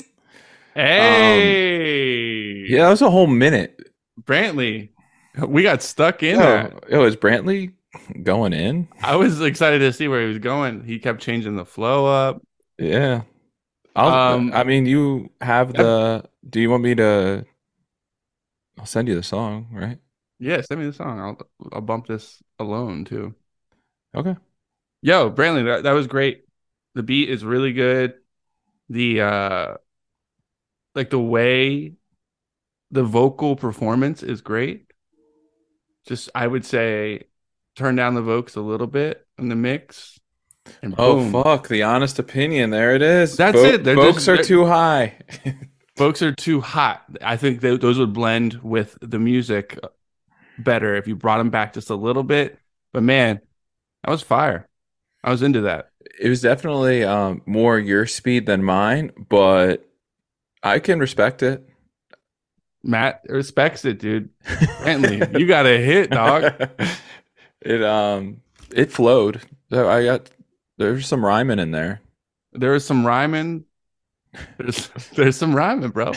[SPEAKER 3] Hey.
[SPEAKER 2] Yeah, that was a whole minute.
[SPEAKER 3] Um, Brantley. We got stuck in
[SPEAKER 2] Yeah.
[SPEAKER 3] that.
[SPEAKER 2] Yo, oh, is Brantley going in?
[SPEAKER 3] I was excited to see where he was going. He kept changing the flow up.
[SPEAKER 2] Yeah. I'll,
[SPEAKER 3] Um,
[SPEAKER 2] I mean, you have
[SPEAKER 3] yeah.
[SPEAKER 2] the. Do you want me to? I'll send you the song, right?
[SPEAKER 3] Yeah, send me the song. I'll I'll bump this alone too.
[SPEAKER 2] Okay.
[SPEAKER 3] Yo, Brantley, that, that was great. The beat is really good. The uh like the way the vocal performance is great. Just I would say turn down the vocals a little bit in the mix. And
[SPEAKER 2] Oh
[SPEAKER 3] boom.
[SPEAKER 2] fuck! The honest opinion. There it is.
[SPEAKER 3] That's it. They're
[SPEAKER 2] Folks
[SPEAKER 3] just-
[SPEAKER 2] are
[SPEAKER 3] they're-
[SPEAKER 2] too high.
[SPEAKER 3] Folks are too hot. I think tho- those would blend with the music better if you brought them back just a little bit. But man, that was fire. I was into that.
[SPEAKER 2] it was definitely um, more your speed than mine, but I can respect it.
[SPEAKER 3] Matt respects it, dude. Brantley, you got a hit, dog.
[SPEAKER 2] it um it flowed. So I got there's some rhyming in there.
[SPEAKER 3] There was some rhyming. There's there's some rhyming, bro.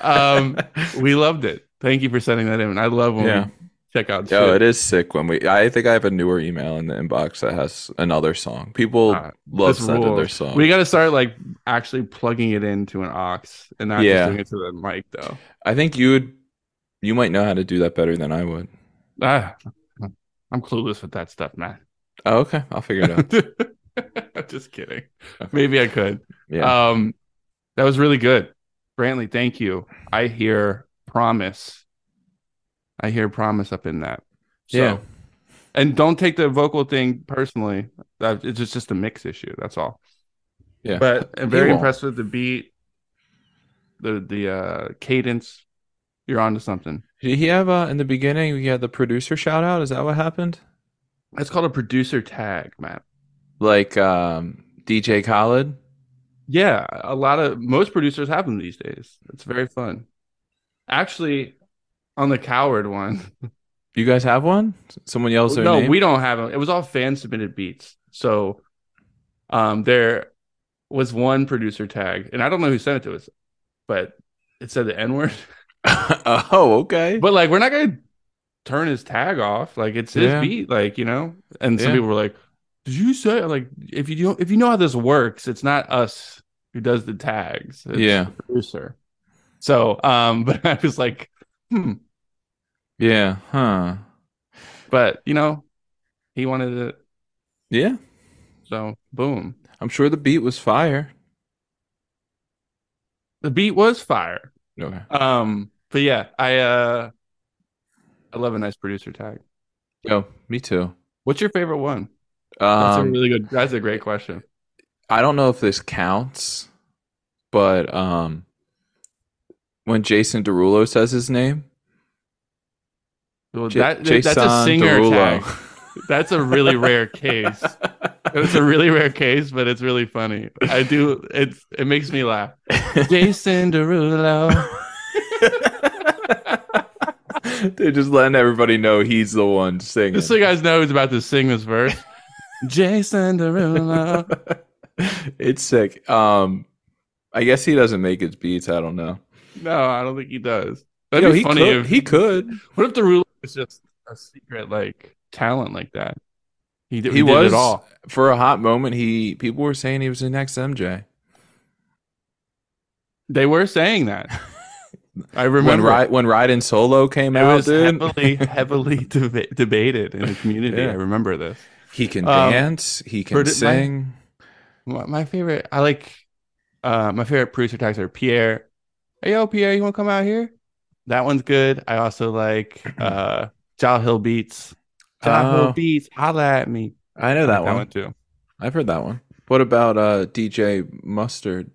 [SPEAKER 3] Um, we loved it. Thank you for sending that in. I love when
[SPEAKER 2] Yeah.
[SPEAKER 3] we check out.
[SPEAKER 2] Yo,
[SPEAKER 3] shit.
[SPEAKER 2] Oh, it is sick when we. I think I have a newer email in the inbox that has another song. People
[SPEAKER 3] Ah,
[SPEAKER 2] love
[SPEAKER 3] This
[SPEAKER 2] sending their
[SPEAKER 3] rules.
[SPEAKER 2] song.
[SPEAKER 3] We got to start like actually plugging it into an aux and not
[SPEAKER 2] Yeah.
[SPEAKER 3] just doing it to the mic though.
[SPEAKER 2] I think you would. You might know how to do that better than I would.
[SPEAKER 3] Ah, I'm clueless with that stuff, man.
[SPEAKER 2] Oh, okay, I'll figure it
[SPEAKER 3] Uh,
[SPEAKER 2] out.
[SPEAKER 3] just kidding.
[SPEAKER 2] Okay.
[SPEAKER 3] Maybe I could.
[SPEAKER 2] Yeah,
[SPEAKER 3] Um, that was really good, Brantley. Thank you. I hear promise. I hear promise up in that. So,
[SPEAKER 2] Yeah.
[SPEAKER 3] and don't take the vocal thing personally. That it's just, just a mix issue. That's all.
[SPEAKER 2] yeah.
[SPEAKER 3] But I'm
[SPEAKER 2] He
[SPEAKER 3] very
[SPEAKER 2] won't.
[SPEAKER 3] impressed with the beat, the the uh, cadence. You're onto something.
[SPEAKER 2] Did he have uh, in the beginning? He had the producer shout out. Is that what happened?
[SPEAKER 3] That's called a producer tag, Matt.
[SPEAKER 2] Like um, DJ Khaled.
[SPEAKER 3] Yeah, a lot of most producers have them these days. It's very fun. Actually, on the coward one,
[SPEAKER 2] You guys have one? Someone yells their
[SPEAKER 3] no,
[SPEAKER 2] name.
[SPEAKER 3] we don't have them. It was all fan submitted beats. So, um, there was one producer tag, and I don't know who sent it to us, but it said the N word.
[SPEAKER 2] oh, okay.
[SPEAKER 3] But like, we're not gonna turn his tag off. Like, it's his
[SPEAKER 2] Yeah.
[SPEAKER 3] beat. Like, you know. And some
[SPEAKER 2] Yeah.
[SPEAKER 3] people were like, "Did you say like if you don't if you know how this works, it's not us who does the tags. It's
[SPEAKER 2] Yeah.
[SPEAKER 3] the producer." So, um, but I was like, hmm.
[SPEAKER 2] yeah. Huh.
[SPEAKER 3] But you know, he wanted it,
[SPEAKER 2] Yeah.
[SPEAKER 3] so boom.
[SPEAKER 2] I'm sure the beat was fire.
[SPEAKER 3] The beat was fire.
[SPEAKER 2] Okay.
[SPEAKER 3] Um, but yeah, I uh I love a nice producer tag.
[SPEAKER 2] Yo, me too.
[SPEAKER 3] What's your favorite one? That's a
[SPEAKER 2] Um,
[SPEAKER 3] really good that's a great question.
[SPEAKER 2] I don't know if this counts, but um, when Jason Derulo says his name,
[SPEAKER 3] Well,
[SPEAKER 2] J-
[SPEAKER 3] that
[SPEAKER 2] Jason
[SPEAKER 3] that's a singer tag.
[SPEAKER 2] Derulo.
[SPEAKER 3] That's a really rare case. It's a really rare case, but it's really funny. I do it's it makes me laugh. Jason Derulo.
[SPEAKER 2] They're just letting everybody know he's the one singing.
[SPEAKER 3] Just so you guys know who's about to sing this verse. Jason Derulo.
[SPEAKER 2] it's sick. Um, I guess he doesn't make his beats. I don't know.
[SPEAKER 3] No, I don't think he does. That'd
[SPEAKER 2] Yo,
[SPEAKER 3] be
[SPEAKER 2] he
[SPEAKER 3] funny
[SPEAKER 2] could.
[SPEAKER 3] if
[SPEAKER 2] he could.
[SPEAKER 3] What if the ruler was just a secret like talent like that? He did,
[SPEAKER 2] He
[SPEAKER 3] he did
[SPEAKER 2] was-
[SPEAKER 3] it all.
[SPEAKER 2] For a hot moment, he people were saying he was the next MJ.
[SPEAKER 3] They were saying that. I remember
[SPEAKER 2] When Ride when Ride in Solo came
[SPEAKER 3] it
[SPEAKER 2] out,
[SPEAKER 3] was
[SPEAKER 2] dude,
[SPEAKER 3] heavily, heavily deba- debated in the community.
[SPEAKER 2] Yeah.
[SPEAKER 3] I remember this.
[SPEAKER 2] he can
[SPEAKER 3] um,
[SPEAKER 2] dance, he can
[SPEAKER 3] Bert- my-
[SPEAKER 2] sing.
[SPEAKER 3] My, my favorite, I like, uh, my favorite producer tags are Pierre. Hey, yo, Pierre, you want to come out here? That one's good. I also like uh, Jal Hill Beats. Jal
[SPEAKER 2] Oh.
[SPEAKER 3] Hill Beats, holla at me.
[SPEAKER 2] I know that,
[SPEAKER 3] That
[SPEAKER 2] one.
[SPEAKER 3] one too.
[SPEAKER 2] I've heard that one. What about uh, DJ Mustard?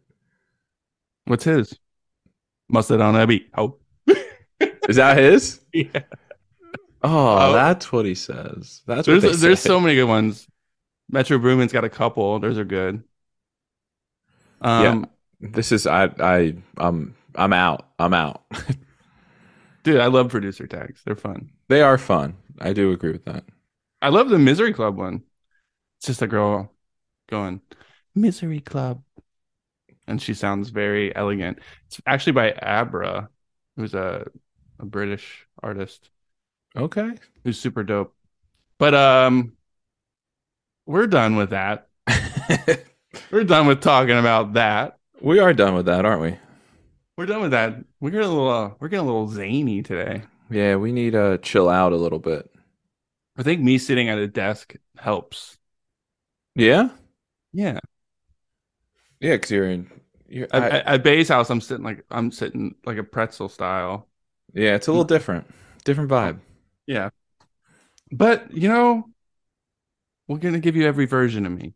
[SPEAKER 3] What's his? Mustard on a beat. Oh,
[SPEAKER 2] Is that his?
[SPEAKER 3] yeah.
[SPEAKER 2] Oh,
[SPEAKER 3] Oh.
[SPEAKER 2] that's what he says. That's what
[SPEAKER 3] There's
[SPEAKER 2] they
[SPEAKER 3] there's
[SPEAKER 2] say.
[SPEAKER 3] so many good ones. Metro Boomin's got a couple. Those are good. Um,
[SPEAKER 2] This is I I um I'm out. I'm out.
[SPEAKER 3] dude, I love producer tags. They're fun.
[SPEAKER 2] they are fun. I do agree with that.
[SPEAKER 3] I love the Misery Club one. It's just a girl going Misery Club, and she sounds very elegant. It's actually by Abra, who's a, a British artist
[SPEAKER 2] Okay.
[SPEAKER 3] who's super dope. But um, we're done with that. We're done with talking about that.
[SPEAKER 2] we are done with that, aren't we?
[SPEAKER 3] We're done with that. We're getting a little uh, we're getting a little zany today.
[SPEAKER 2] Yeah, we need to chill out a little bit.
[SPEAKER 3] I think me sitting at a desk helps.
[SPEAKER 2] Yeah?
[SPEAKER 3] Yeah.
[SPEAKER 2] Yeah, cuz you're in you're
[SPEAKER 3] At,
[SPEAKER 2] I-
[SPEAKER 3] at- at Bay's house I'm sitting like I'm sitting like a pretzel style.
[SPEAKER 2] Yeah, it's a little different. Different vibe.
[SPEAKER 3] Yeah. But, you know, we're going to give you every version of me.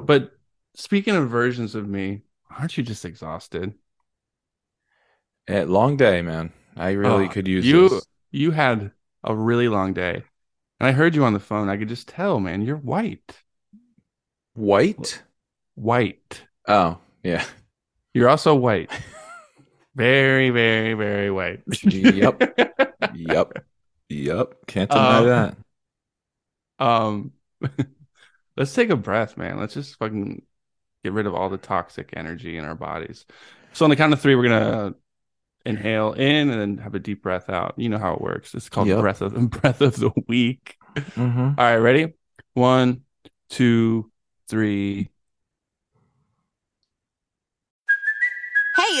[SPEAKER 3] But speaking of versions of me, aren't you just exhausted?
[SPEAKER 2] Eh, long day, man. I really
[SPEAKER 3] Oh,
[SPEAKER 2] could use
[SPEAKER 3] you-
[SPEAKER 2] this.
[SPEAKER 3] You had a really long day. And I heard you on the phone. I could just tell, man, you're white.
[SPEAKER 2] White?
[SPEAKER 3] White.
[SPEAKER 2] Oh, yeah.
[SPEAKER 3] You're also white. very, very, very white.
[SPEAKER 2] Yep. yep. Yep. Can't deny
[SPEAKER 3] Uh,
[SPEAKER 2] that.
[SPEAKER 3] um let's take a breath, man. Let's just fucking get rid of all the toxic energy in our bodies. So on the count of three, we're gonna inhale in and then have a deep breath out. You know how it works. It's called
[SPEAKER 2] Yep.
[SPEAKER 3] breath of breath of the week.
[SPEAKER 2] Mhm.
[SPEAKER 3] All right, ready? One, two, three.
[SPEAKER 5] Hey,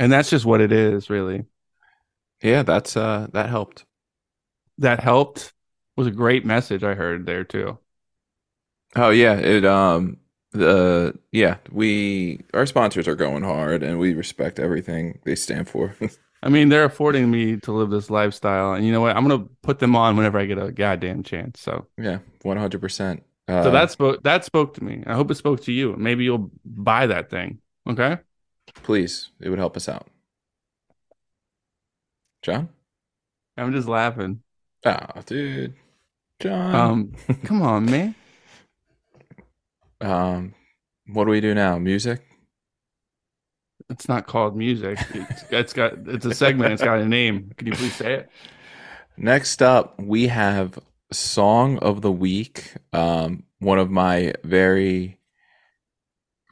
[SPEAKER 3] And that's just what it is, really.
[SPEAKER 2] Yeah, that's uh that helped.
[SPEAKER 3] That helped. Was a great message I heard there too.
[SPEAKER 2] Oh yeah, it um the yeah, we our sponsors are going hard and we respect everything they stand for.
[SPEAKER 3] I mean, they're affording me to live this lifestyle, and you know what? I'm gonna put them on whenever I get a goddamn chance. So,
[SPEAKER 2] yeah, 100%.
[SPEAKER 3] so
[SPEAKER 2] Uh,
[SPEAKER 3] that spoke that spoke to me. I hope it spoke to you. Maybe you'll buy that thing. Okay.
[SPEAKER 2] please, it would help us out. John?
[SPEAKER 3] I'm just laughing.
[SPEAKER 2] Oh, dude. John.
[SPEAKER 3] Um, come on, man.
[SPEAKER 2] Um, what do we do now? Music?
[SPEAKER 3] It's not called music. It's, it's got it's a segment. It's got a name. Can you please say it?
[SPEAKER 2] Next up, we have Song of the Week, um, one of my very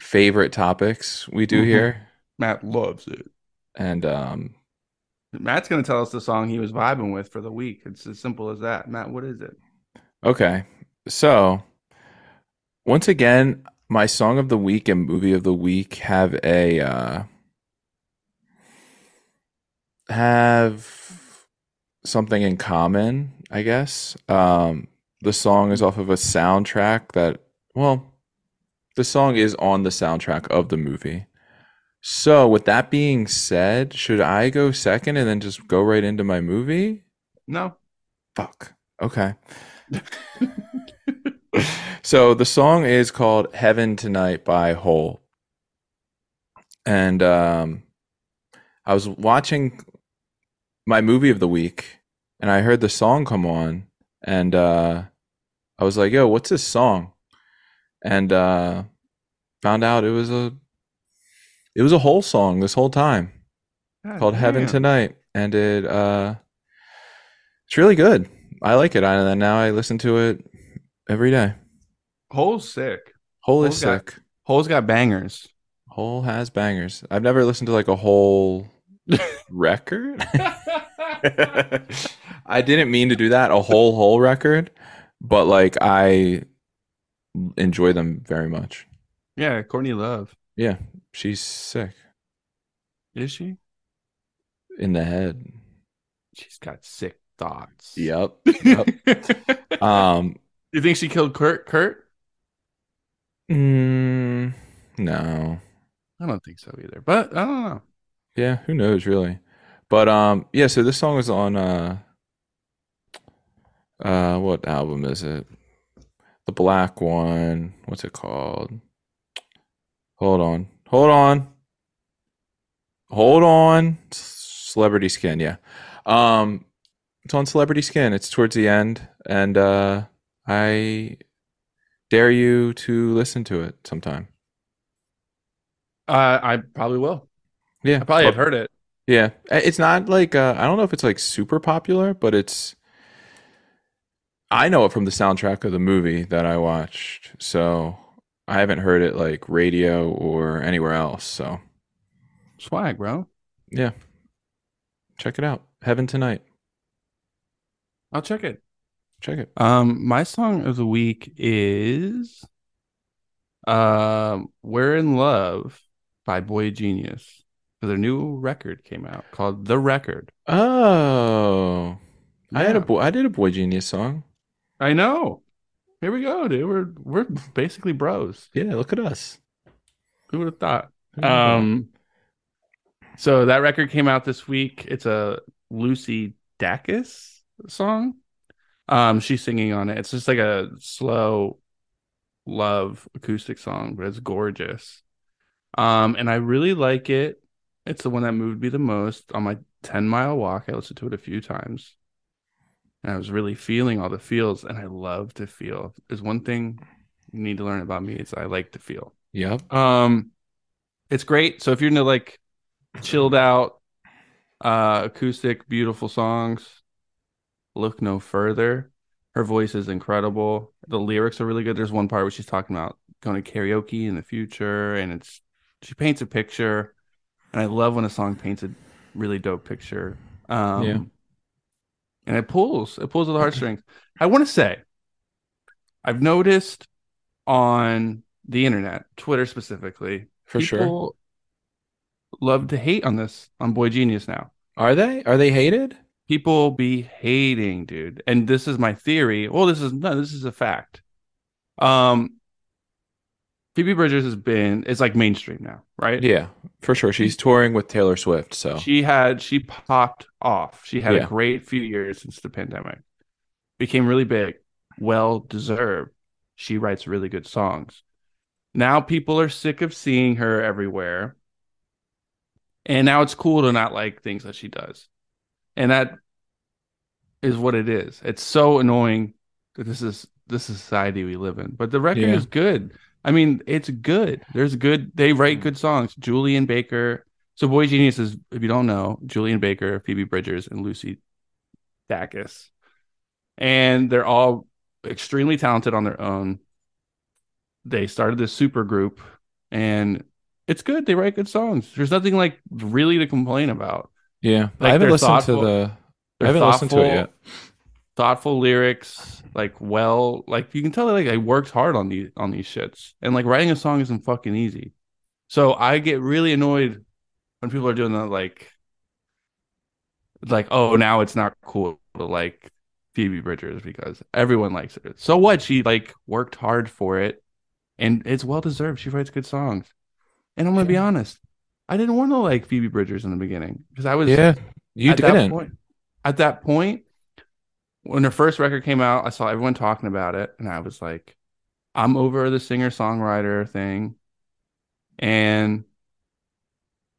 [SPEAKER 2] favorite topics we do
[SPEAKER 3] Mhm.
[SPEAKER 2] here.
[SPEAKER 3] Matt loves it.
[SPEAKER 2] And um,
[SPEAKER 3] Matt's gonna tell us the song he was vibing with for the week. It's as simple as that. Matt, what is it?
[SPEAKER 2] okay, so once again, my Song of the Week and Movie of the Week have a uh, have something in common, I guess. Um, the song is off of a soundtrack that, well, the song is on the soundtrack of the movie. So, with that being said, should I go second and then just go right into my movie?
[SPEAKER 3] No.
[SPEAKER 2] Fuck. Okay. so the song is called Heaven Tonight by Hole. And um, I was watching my movie of the week and I heard the song come on. And uh, I was like, yo, what's this song? And uh, found out it was a it was a whole song this whole time
[SPEAKER 3] God
[SPEAKER 2] called Heaven
[SPEAKER 3] damn.
[SPEAKER 2] Tonight, and it uh, it's really good. I like it. I now I listen to it every day.
[SPEAKER 3] Hole's sick.
[SPEAKER 2] Whole is
[SPEAKER 3] Hole's got-
[SPEAKER 2] sick.
[SPEAKER 3] Hole's got bangers.
[SPEAKER 2] Whole has bangers. I've never listened to like a whole record. I didn't mean to do that. A whole whole record, but like I enjoy them very much.
[SPEAKER 3] yeah, Courtney Love.
[SPEAKER 2] Yeah, she's sick
[SPEAKER 3] Is she?
[SPEAKER 2] in the head.
[SPEAKER 3] She's got sick thoughts.
[SPEAKER 2] Yep. yep. um.
[SPEAKER 3] you think she killed Kurt? Kurt?
[SPEAKER 2] mm, no.
[SPEAKER 3] I don't think so either. But I don't know.
[SPEAKER 2] Yeah, who knows really. But um yeah, so this song is on uh uh what album is it? The black one. What's it called? Hold on. Hold on. Hold on. C- Celebrity Skin, yeah. Um it's on Celebrity Skin. It's towards the end and uh I dare you to listen to it sometime.
[SPEAKER 3] Uh, I probably will.
[SPEAKER 2] Yeah.
[SPEAKER 3] I probably have heard it.
[SPEAKER 2] Yeah, I- it's not like uh, I don't know if it's like super popular, but it's. I know it from the soundtrack of the movie that I watched, so I haven't heard it like radio or anywhere else. So
[SPEAKER 3] Swag, bro.
[SPEAKER 2] yeah, check it out. Heaven tonight.
[SPEAKER 3] I'll check it.
[SPEAKER 2] Check it.
[SPEAKER 3] Um, my song of the week is um We're in Love by Boy Genius. So Their new record came out called The Record.
[SPEAKER 2] Oh, I had a
[SPEAKER 3] Yeah.
[SPEAKER 2] boy. I did a boy genius song.
[SPEAKER 3] I know. Here we go, dude. We're we're basically bros.
[SPEAKER 2] Yeah, look at us.
[SPEAKER 3] Who would have thought? Um, so that record came out this week. It's a Lucy Dacus song. Um, she's singing on it. It's just like a slow love acoustic song, but it's gorgeous. Um, and I really like it. It's the one that moved me the most on my 10 mile walk. I listened to it a few times. And I was really feeling all the feels, and I love to feel. There's one thing you need to learn about me is I like to feel.
[SPEAKER 2] Yep.
[SPEAKER 3] Um, it's great. So if you're into like chilled out, uh, acoustic, beautiful songs, look no further. Her voice is incredible. The lyrics are really good. There's one part where she's talking about going to karaoke in the future, and it's she paints a picture, and I love when a song paints a really dope picture. Um,
[SPEAKER 2] Yeah.
[SPEAKER 3] and it pulls, it pulls at the heartstrings. I want to say, I've noticed on the internet, Twitter specifically,
[SPEAKER 2] For sure.
[SPEAKER 3] people love to hate on this on Boy Genius now.
[SPEAKER 2] Are they? Are they hated?
[SPEAKER 3] People be hating, dude. And this is my theory. Well, this is no, this is a fact. Um Phoebe Bridgers has been it's like mainstream now, right?
[SPEAKER 2] Yeah, for sure. She's touring with Taylor Swift, so
[SPEAKER 3] She had she popped off. She had
[SPEAKER 2] Yeah.
[SPEAKER 3] a great few years since the pandemic. Became really big, well deserved. She writes really good songs. Now people are sick of seeing her everywhere. And now it's cool to not like things that she does. And that is what it is. It's so annoying that this is this is society we live in. But the record
[SPEAKER 2] Yeah.
[SPEAKER 3] is good. I mean, it's good. There's good they write good songs. Julian Baker. So Boy Genius is, if you don't know, Julian Baker, Phoebe Bridgers, and Lucy Dacus. And they're all extremely talented on their own. They started this super group and it's good. They write good songs. There's nothing like really to complain about.
[SPEAKER 2] yeah. I
[SPEAKER 3] Like,
[SPEAKER 2] haven't
[SPEAKER 3] they're
[SPEAKER 2] listened
[SPEAKER 3] thoughtful.
[SPEAKER 2] to the. I
[SPEAKER 3] They're
[SPEAKER 2] haven't listened to it
[SPEAKER 3] thoughtful,
[SPEAKER 2] yet.
[SPEAKER 3] thoughtful lyrics, like well, like you can tell that like I worked hard on these on these shits. And like writing a song isn't fucking easy. So I get really annoyed when people are doing that like like, oh now it's not cool to like Phoebe Bridgers because everyone likes her. So what? She like worked hard for it and it's well deserved. She writes good songs. And I'm gonna be
[SPEAKER 2] Yeah.
[SPEAKER 3] honest, I didn't want to like Phoebe Bridgers in the beginning because I was
[SPEAKER 2] Yeah, you
[SPEAKER 3] at That
[SPEAKER 2] didn't.
[SPEAKER 3] point, at that point, when her first record came out, I saw everyone talking about it, and I was like, I'm over the singer songwriter thing. And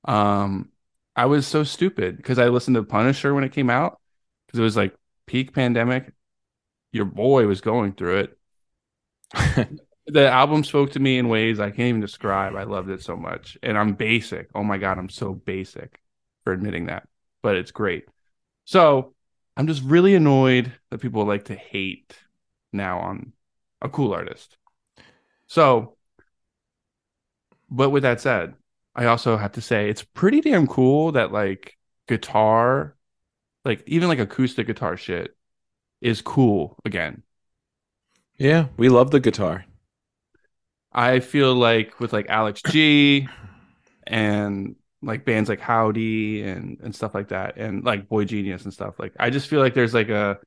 [SPEAKER 3] um, I was so stupid because I listened to Punisher when it came out because it was like peak pandemic. Your boy was going through it. the album spoke to me in ways I can't even describe. I loved it so much. And I'm basic. Oh my God, I'm so basic for admitting that, but it's great. So I'm just really annoyed that people like to hate now on a cool artist. So, but with that said, I also have to say it's pretty damn cool that like guitar, like even like acoustic guitar shit is cool again.
[SPEAKER 2] Yeah, we love the guitar.
[SPEAKER 3] I feel like with like Alex G and like bands like Howdy and and stuff like that and like Boy Genius and stuff like I just feel like there's like a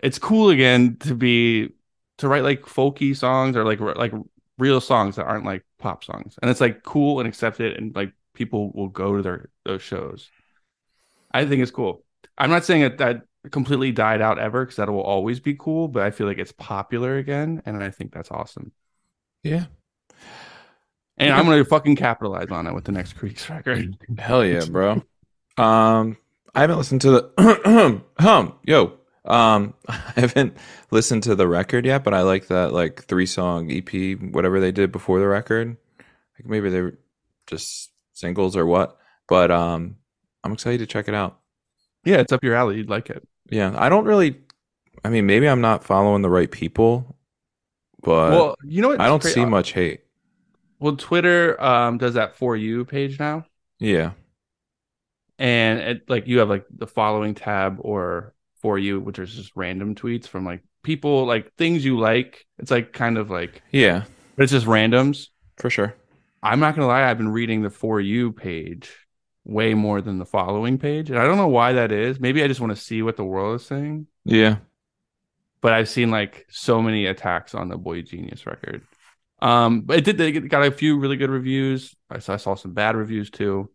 [SPEAKER 3] it's cool again to be to write like folky songs or like r- like real songs that aren't like pop songs and it's like cool and accepted and like people will go to their those shows. I think it's cool. I'm not saying that that completely died out ever because that will always be cool, but I feel like it's popular again and I think that's awesome.
[SPEAKER 2] Yeah.
[SPEAKER 3] And I'm gonna fucking capitalize on it with the next Creeks record.
[SPEAKER 2] Hell yeah, bro. Um, I haven't listened to the hum yo. Um, I haven't listened to the record yet, but I like that like three song EP, whatever they did before the record. Like maybe they were just singles or what. But um, I'm excited to check it out.
[SPEAKER 3] Yeah, it's up your alley. You'd like it.
[SPEAKER 2] Yeah, I don't really. I mean, maybe I'm not following the right people, but
[SPEAKER 3] well, you know what? uh,
[SPEAKER 2] I don't see much hate.
[SPEAKER 3] Well, Twitter um does that for you page now,
[SPEAKER 2] Yeah,
[SPEAKER 3] and it, like you have like the following tab or for you, which is just random tweets from like people like things you like. It's like kind of like
[SPEAKER 2] yeah,
[SPEAKER 3] but it's just randoms.
[SPEAKER 2] for sure.
[SPEAKER 3] I'm not gonna lie, I've been reading the for you page way more than the following page, and I don't know why that is. Maybe I just want to see what the world is saying.
[SPEAKER 2] Yeah,
[SPEAKER 3] but I've seen like so many attacks on the Boy Genius record. Um, but it did they got a few really good reviews. I saw, I saw some bad reviews too.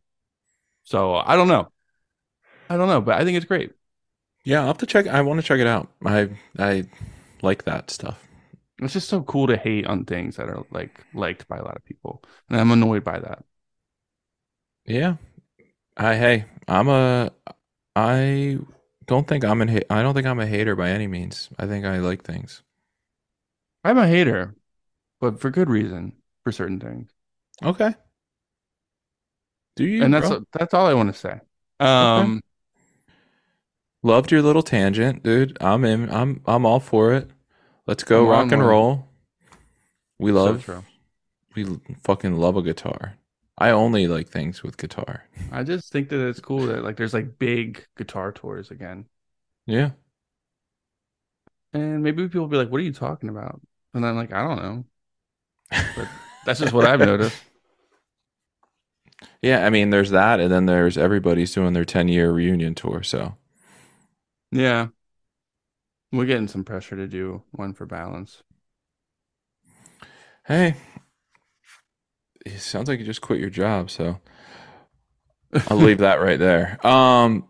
[SPEAKER 3] So I don't know. I don't know, but I think it's great.
[SPEAKER 2] yeah. I'll have to check. I want to check it out. I I like that stuff.
[SPEAKER 3] It's just so cool to hate on things that are like liked by a lot of people, and I'm annoyed by that.
[SPEAKER 2] Yeah. I hey, I'm a I don't think I'm an ha- I don't think I'm a hater by any means. I think I like things.
[SPEAKER 3] I'm a hater, but for good reason for certain things,
[SPEAKER 2] Okay. Do you
[SPEAKER 3] and that's
[SPEAKER 2] bro?
[SPEAKER 3] that's all I want to say. Um,
[SPEAKER 2] loved your little tangent, dude. I'm in I'm I'm all for it. Let's go
[SPEAKER 3] I'm
[SPEAKER 2] rock
[SPEAKER 3] on
[SPEAKER 2] and
[SPEAKER 3] one.
[SPEAKER 2] roll. We
[SPEAKER 3] so
[SPEAKER 2] love
[SPEAKER 3] true.
[SPEAKER 2] we l- fucking love a guitar. I only like things with guitar.
[SPEAKER 3] I just think that it's cool that like there's like big guitar tours again.
[SPEAKER 2] Yeah.
[SPEAKER 3] And maybe people will be like, "What are you talking about?" And I'm like, "I don't know." But that's just what I've noticed.
[SPEAKER 2] Yeah, I mean there's that and then there's everybody's doing their 10-year reunion tour, so
[SPEAKER 3] Yeah, we're getting some pressure to do one for balance.
[SPEAKER 2] Hey, it sounds like you just quit your job, so I'll leave that right there. Um,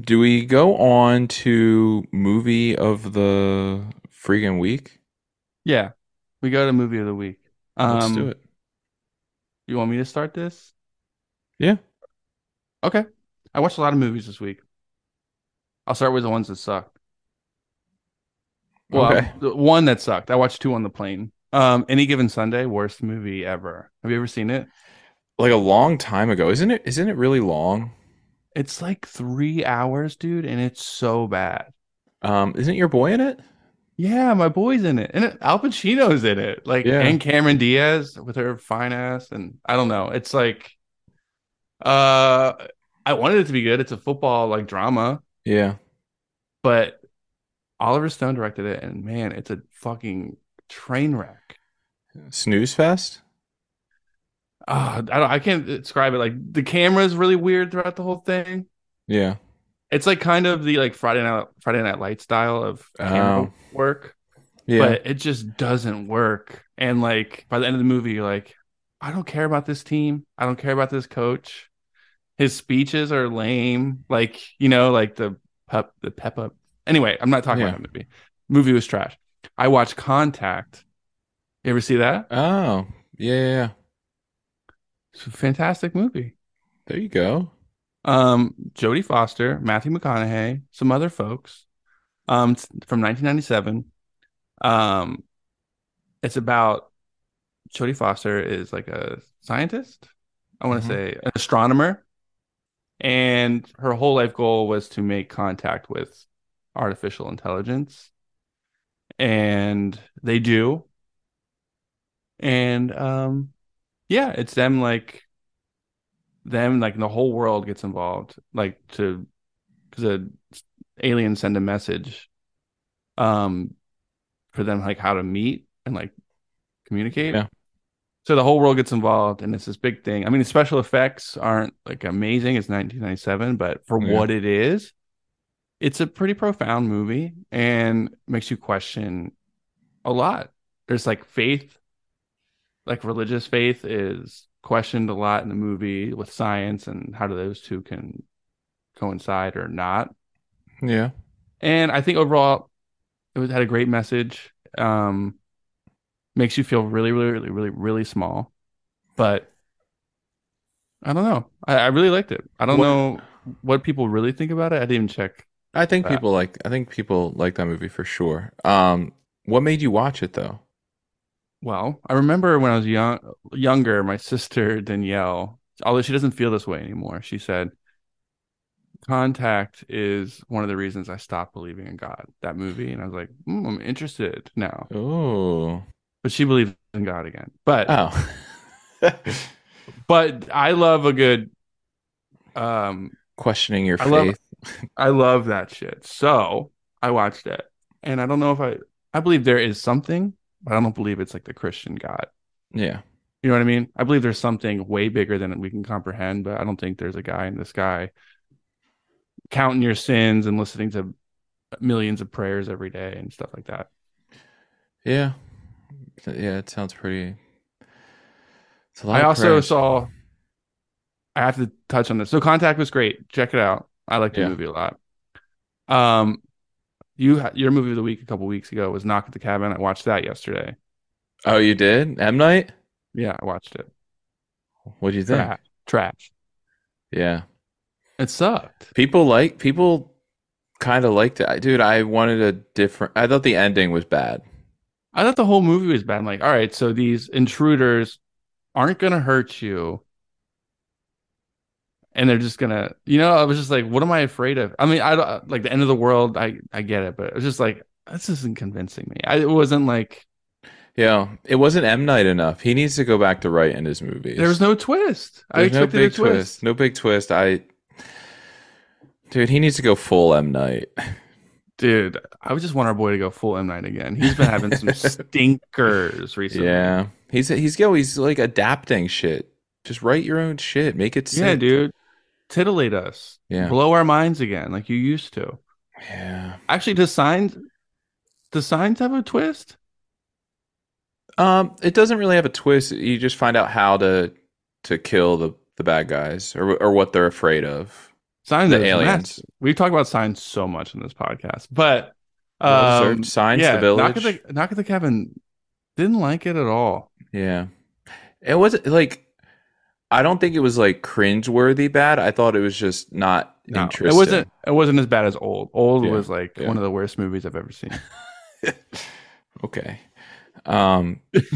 [SPEAKER 2] do we go on to movie of the freaking week?
[SPEAKER 3] Yeah, we go to movie of the week. Um,
[SPEAKER 2] Let's do it.
[SPEAKER 3] You want me to start this?
[SPEAKER 2] Yeah.
[SPEAKER 3] Okay. I watched a lot of movies this week. I'll start with the ones that sucked. Well,
[SPEAKER 2] Okay.
[SPEAKER 3] the one that sucked. I watched two on the plane. Um, Any Given Sunday, worst movie ever. Have you ever seen it?
[SPEAKER 2] Like a long time ago, isn't it? Isn't it really long?
[SPEAKER 3] It's like three hours, dude, and it's so bad.
[SPEAKER 2] Um, isn't your boy in it?
[SPEAKER 3] Yeah, my boy's in it, and it, Al Pacino's in it, like,
[SPEAKER 2] Yeah.
[SPEAKER 3] and Cameron Diaz with her fine ass, and I don't know. It's like, uh, I wanted it to be good. It's a football like drama,
[SPEAKER 2] Yeah.
[SPEAKER 3] but Oliver Stone directed it, and man, it's a fucking train wreck.
[SPEAKER 2] Snooze fest.
[SPEAKER 3] Ah, I don't, I can't describe it. Like the camera's really weird throughout the whole thing.
[SPEAKER 2] Yeah.
[SPEAKER 3] It's like kind of the like Friday night Friday Night Light style of
[SPEAKER 2] Oh.
[SPEAKER 3] camera work.
[SPEAKER 2] Yeah.
[SPEAKER 3] but it just doesn't work. And like by the end of the movie, you're like, I don't care about this team. I don't care about this coach. His speeches are lame. Like you know, like the pep, the pep up. Anyway, I'm not talking
[SPEAKER 2] Yeah.
[SPEAKER 3] about that movie. Movie was trash. I watched Contact. You ever see that?
[SPEAKER 2] oh, yeah, yeah, yeah.
[SPEAKER 3] It's a fantastic movie.
[SPEAKER 2] There you go.
[SPEAKER 3] um Jodie Foster, Matthew McConaughey, some other folks um t- from 1997. Um It's about Jodie Foster is like a scientist. I want
[SPEAKER 2] Mhm.
[SPEAKER 3] to say an astronomer, and her whole life goal was to make contact with artificial intelligence, and they do. And um, yeah, it's them like them like the whole world gets involved, like to because the aliens send a message, um, for them like how to meet and like communicate.
[SPEAKER 2] Yeah.
[SPEAKER 3] So the whole world gets involved, and it's this big thing. I mean, the special effects aren't like amazing. It's 1997, but for
[SPEAKER 2] Yeah.
[SPEAKER 3] what it is, it's a pretty profound movie and makes you question a lot. There's like faith, like religious faith is questioned a lot in the movie with science and how do those two can coincide or not.
[SPEAKER 2] Yeah.
[SPEAKER 3] And I think overall, it was, had a great message. Um, makes you feel really, really, really, really, really small. But I don't know. I, I really liked it. I don't
[SPEAKER 2] What-
[SPEAKER 3] know what people really think about it. I didn't even check.
[SPEAKER 2] I think
[SPEAKER 3] Uh,
[SPEAKER 2] people like I think people like that movie for sure. Um what made you watch it though?
[SPEAKER 3] Well, I remember when I was young, younger, my sister Danielle, although she doesn't feel this way anymore, she said, "Contact is one of the reasons I stopped believing in God." That movie, and I was like, mm, "I'm interested now,"
[SPEAKER 2] Oh.
[SPEAKER 3] but she believes in God again. But
[SPEAKER 2] Oh.
[SPEAKER 3] but I love a good um
[SPEAKER 2] Questioning your
[SPEAKER 3] I
[SPEAKER 2] faith.
[SPEAKER 3] love- I love that shit. So I watched it and I don't know if I I believe there is something, but I don't believe it's like the Christian God.
[SPEAKER 2] yeah.
[SPEAKER 3] You know what I mean? I believe there's something way bigger than we can comprehend, but I don't think there's a guy in the sky counting your sins and listening to millions of prayers every day and stuff like that.
[SPEAKER 2] Yeah. Th- Yeah, it sounds pretty It's a lot
[SPEAKER 3] I
[SPEAKER 2] of
[SPEAKER 3] also
[SPEAKER 2] prayers.
[SPEAKER 3] saw I have to touch on this. So Contact was great. Check it out. I like the
[SPEAKER 2] Yeah.
[SPEAKER 3] movie a lot. Um you ha- your movie of the week a couple weeks ago was Knock at the Cabin. I watched that yesterday.
[SPEAKER 2] Oh, you did? M Night?
[SPEAKER 3] Yeah, I watched it.
[SPEAKER 2] What do you think?
[SPEAKER 3] Trash. Trash.
[SPEAKER 2] Yeah.
[SPEAKER 3] It sucked.
[SPEAKER 2] People like people kind of liked it. I- Dude, I wanted a different I thought the ending was bad.
[SPEAKER 3] I thought the whole movie was bad. I'm like, all right, so these intruders aren't gonna hurt you. And they're just gonna, you know, I was just like, what am I afraid of? I mean, I don't like the end of the world. I I get it, but it was just like, this isn't convincing me. I, it wasn't like
[SPEAKER 2] Yeah, it wasn't M Night enough. He needs to go back to writing his movies.
[SPEAKER 3] There was no twist. I
[SPEAKER 2] There's no
[SPEAKER 3] expected
[SPEAKER 2] big
[SPEAKER 3] a twist.
[SPEAKER 2] No big twist. I, dude, he needs to go full M Night.
[SPEAKER 3] Dude, I would just want our boy to go full M Night again. He's been having some stinkers recently.
[SPEAKER 2] Yeah, he's he's always like adapting shit. Just write your own shit. Make it.
[SPEAKER 3] Yeah,
[SPEAKER 2] sick.
[SPEAKER 3] dude. Titillate us.
[SPEAKER 2] Yeah.
[SPEAKER 3] Blow our minds again like you used to.
[SPEAKER 2] Yeah.
[SPEAKER 3] Actually, does signs does signs have a twist?
[SPEAKER 2] Um, it doesn't really have a twist. You just find out how to to kill the the bad guys or or what they're afraid of.
[SPEAKER 3] Signs
[SPEAKER 2] The
[SPEAKER 3] is
[SPEAKER 2] aliens.
[SPEAKER 3] massive. We've talked about signs so much in this podcast. But
[SPEAKER 2] Well
[SPEAKER 3] um,
[SPEAKER 2] deserved. Signs, The
[SPEAKER 3] yeah, Knock
[SPEAKER 2] Village.
[SPEAKER 3] at the knock at the cabin didn't like it at all.
[SPEAKER 2] Yeah. It wasn't like I don't think it was like cringeworthy bad. I thought it was just not
[SPEAKER 3] No,
[SPEAKER 2] interesting.
[SPEAKER 3] It wasn't it wasn't as bad as old. Old
[SPEAKER 2] Yeah,
[SPEAKER 3] was like
[SPEAKER 2] yeah.
[SPEAKER 3] one of the worst movies I've ever seen.
[SPEAKER 2] Okay. Um, I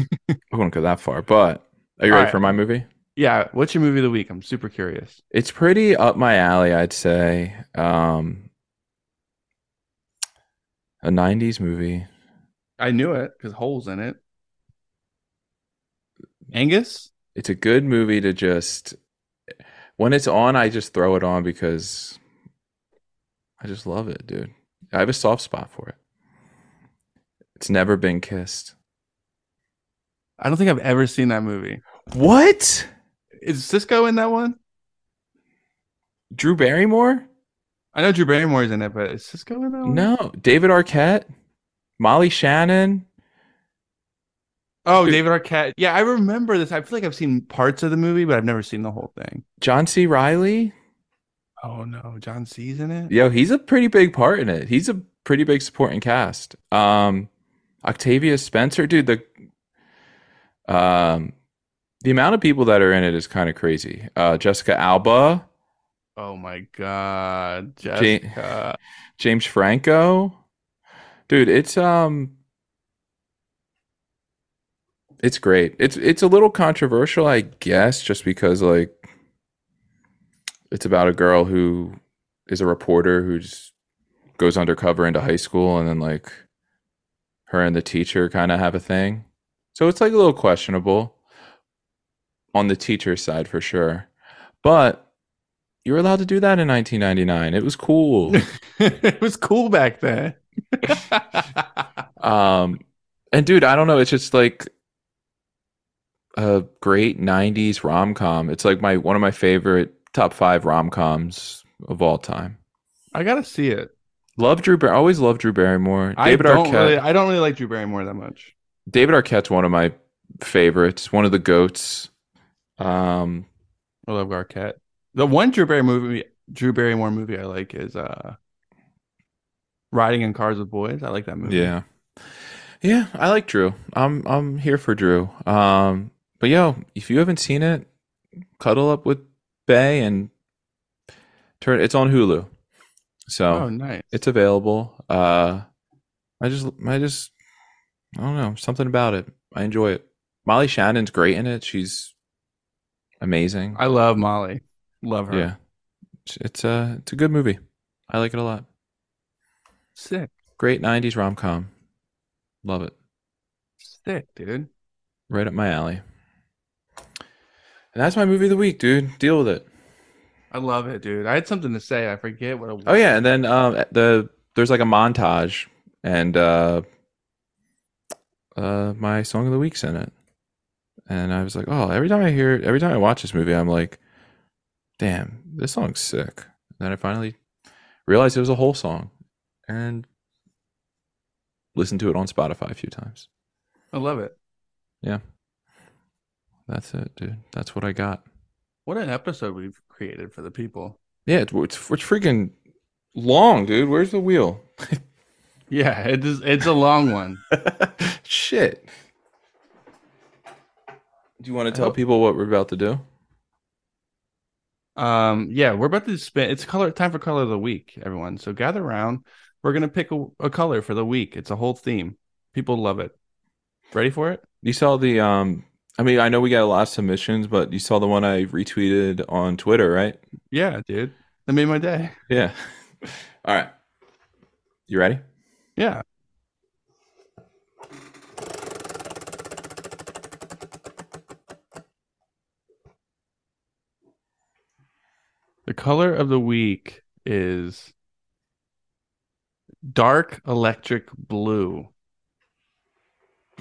[SPEAKER 2] wouldn't go that far, but are you
[SPEAKER 3] All
[SPEAKER 2] ready
[SPEAKER 3] right.
[SPEAKER 2] for my movie?
[SPEAKER 3] Yeah, what's your movie of the week? I'm super curious.
[SPEAKER 2] It's pretty up my alley, I'd say. Um, a 90s movie.
[SPEAKER 3] I knew it because holes in it. Angus?
[SPEAKER 2] It's a good movie to just, when it's on, I just throw it on because I just love it, dude. I have a soft spot for it. It's never been kissed.
[SPEAKER 3] I don't think I've ever seen that movie.
[SPEAKER 2] What?
[SPEAKER 3] Is Cisco in that one?
[SPEAKER 2] Drew Barrymore?
[SPEAKER 3] I know Drew Barrymore's in it, but is Cisco in that one?
[SPEAKER 2] No. David Arquette? Molly Shannon?
[SPEAKER 3] Oh, David Arquette. Yeah, I remember this. I feel like I've seen parts of the movie, but I've never seen the whole thing.
[SPEAKER 2] John C. Riley?
[SPEAKER 3] Oh no, John C's in it.
[SPEAKER 2] Yo, he's a pretty big part in it. He's a pretty big supporting cast. Um, Octavia Spencer, dude, the um, the amount of people that are in it is kind of crazy. Uh, Jessica Alba,
[SPEAKER 3] Oh my god,
[SPEAKER 2] Ja-
[SPEAKER 3] Jessica.
[SPEAKER 2] James Franco, dude, it's um, It's great. It's it's a little controversial, I guess, just because like it's about a girl who is a reporter who just goes undercover into high school and then like her and the teacher kind of have a thing. So it's like a little questionable on the teacher side for sure. But you were allowed to do that in 1999. It was cool.
[SPEAKER 3] it was cool back then.
[SPEAKER 2] Um, and dude, I don't know. It's just like a great '90s rom com. It's like my one of my favorite top five rom coms of all time.
[SPEAKER 3] I gotta see it.
[SPEAKER 2] Love Drew. Bar- I always love Drew Barrymore.
[SPEAKER 3] I
[SPEAKER 2] David
[SPEAKER 3] don't
[SPEAKER 2] Arquette.
[SPEAKER 3] really. I don't really like Drew Barrymore that much.
[SPEAKER 2] David Arquette's one of my favorites. One of the goats. Um,
[SPEAKER 3] I love Arquette. The one Drew Barrymore movie, Drew Barrymore movie I like is uh, Riding in Cars with Boys. I like that movie.
[SPEAKER 2] yeah, yeah. I like Drew. I'm I'm here for Drew. Um, but yo, if you haven't seen it, cuddle up with Bay and turn. It's on Hulu. So
[SPEAKER 3] Oh, nice.
[SPEAKER 2] it's available. Uh, I just, I just, I don't know, something about it. I enjoy it. Molly Shannon's great in it. She's amazing.
[SPEAKER 3] I love Molly. Love her.
[SPEAKER 2] yeah, It's- it's a, it's a good movie. I like it a lot.
[SPEAKER 3] Sick.
[SPEAKER 2] Great '90s rom com. Love it.
[SPEAKER 3] Sick, dude.
[SPEAKER 2] Right up my alley. And that's my movie of the week, dude. Deal with it.
[SPEAKER 3] I love it, dude. I had something to say. I forget what it was.
[SPEAKER 2] Oh yeah, and then um, at the there's like a montage, and uh, uh, my song of the week's in it, and I was like, oh, every time I hear, every time I watch this movie, I'm like, damn, this song's sick. And then I finally realized it was a whole song, and listened to it on Spotify a few times.
[SPEAKER 3] I love it.
[SPEAKER 2] Yeah, that's it, dude. That's what I got.
[SPEAKER 3] What an episode we've created for the people.
[SPEAKER 2] Yeah, it's it's, it's freaking long, dude. Where's the wheel?
[SPEAKER 3] Yeah, it is. It's a long one.
[SPEAKER 2] Shit. Do you want to tell
[SPEAKER 3] hope-
[SPEAKER 2] people what we're about to do?
[SPEAKER 3] Um, yeah, we're about to spin. It's color time for color of the week, everyone. So gather around. We're gonna pick a, a color for the week. It's a whole theme. People love it. Ready for it?
[SPEAKER 2] You saw the um I mean, I know we got a lot of submissions, but you saw the one I retweeted on Twitter, right?
[SPEAKER 3] Yeah, dude. That made my day.
[SPEAKER 2] Yeah. All right. You ready?
[SPEAKER 3] Yeah. The color of the week is dark electric blue.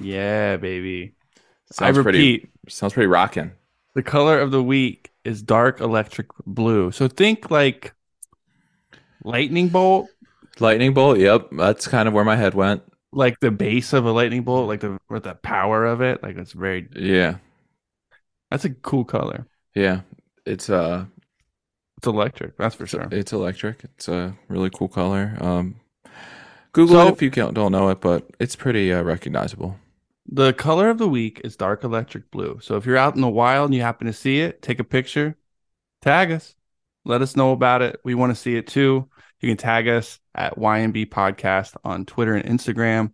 [SPEAKER 3] Yeah, baby.
[SPEAKER 2] Sounds
[SPEAKER 3] I
[SPEAKER 2] pretty
[SPEAKER 3] repeat,
[SPEAKER 2] sounds pretty rocking.
[SPEAKER 3] the color of the week is dark electric blue. So think like lightning bolt,
[SPEAKER 2] Lightning bolt, yep. That's kind of where my head went.
[SPEAKER 3] like the base of a lightning bolt, like the with the power of it. Like it's very
[SPEAKER 2] Yeah.
[SPEAKER 3] that's a cool color.
[SPEAKER 2] Yeah. It's uh
[SPEAKER 3] It's electric, that's for sure.
[SPEAKER 2] It's electric. It's a really cool color. Um, Google
[SPEAKER 3] So-
[SPEAKER 2] it if you can't, don't know it, but it's pretty uh, recognizable.
[SPEAKER 3] The color of the week is dark electric blue. So if you're out in the wild and you happen to see it, take a picture, tag us, let us know about it. We want to see it too. You can tag us at YMB Podcast on Twitter and Instagram.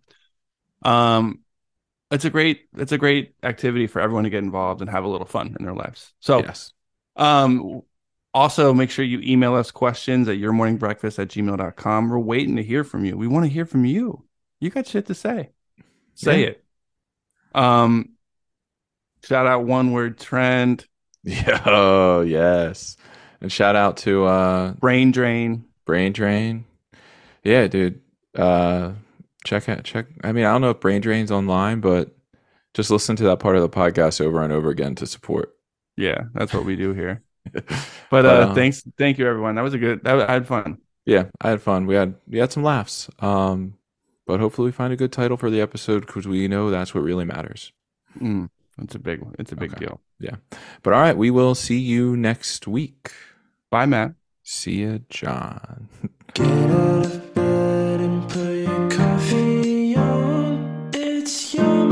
[SPEAKER 3] Um, it's a great it's a great activity for everyone to get involved and have a little fun in their lives. So
[SPEAKER 2] Yes.
[SPEAKER 3] Um, also, make sure you email us questions at yourmorningbreakfast at gmail.com. We're waiting to hear from you. We want to hear from you. You got shit to say. Say
[SPEAKER 2] Yeah.
[SPEAKER 3] it. Um, shout out one word trend,
[SPEAKER 2] Yeah. Oh, yes. And shout out to uh,
[SPEAKER 3] brain drain.
[SPEAKER 2] Brain Drain. Yeah, dude. Uh, check out check. I mean, I don't know if Brain Drain's online, but just listen to that part of the podcast over and over again to support.
[SPEAKER 3] Yeah, that's what we do here. But
[SPEAKER 2] But,
[SPEAKER 3] uh,
[SPEAKER 2] uh,
[SPEAKER 3] thanks, thank you everyone. That was a good. That, I had fun.
[SPEAKER 2] Yeah, I had fun. We had we had some laughs. Um, but hopefully we find a good title for the episode because we know that's what really matters.
[SPEAKER 3] Mm, it's a big one. It's a big
[SPEAKER 2] Okay.
[SPEAKER 3] deal.
[SPEAKER 2] But all right, we will see you next week.
[SPEAKER 3] Bye, Matt.
[SPEAKER 2] See ya, John.
[SPEAKER 1] Get out of bed and put your coffee on. It's your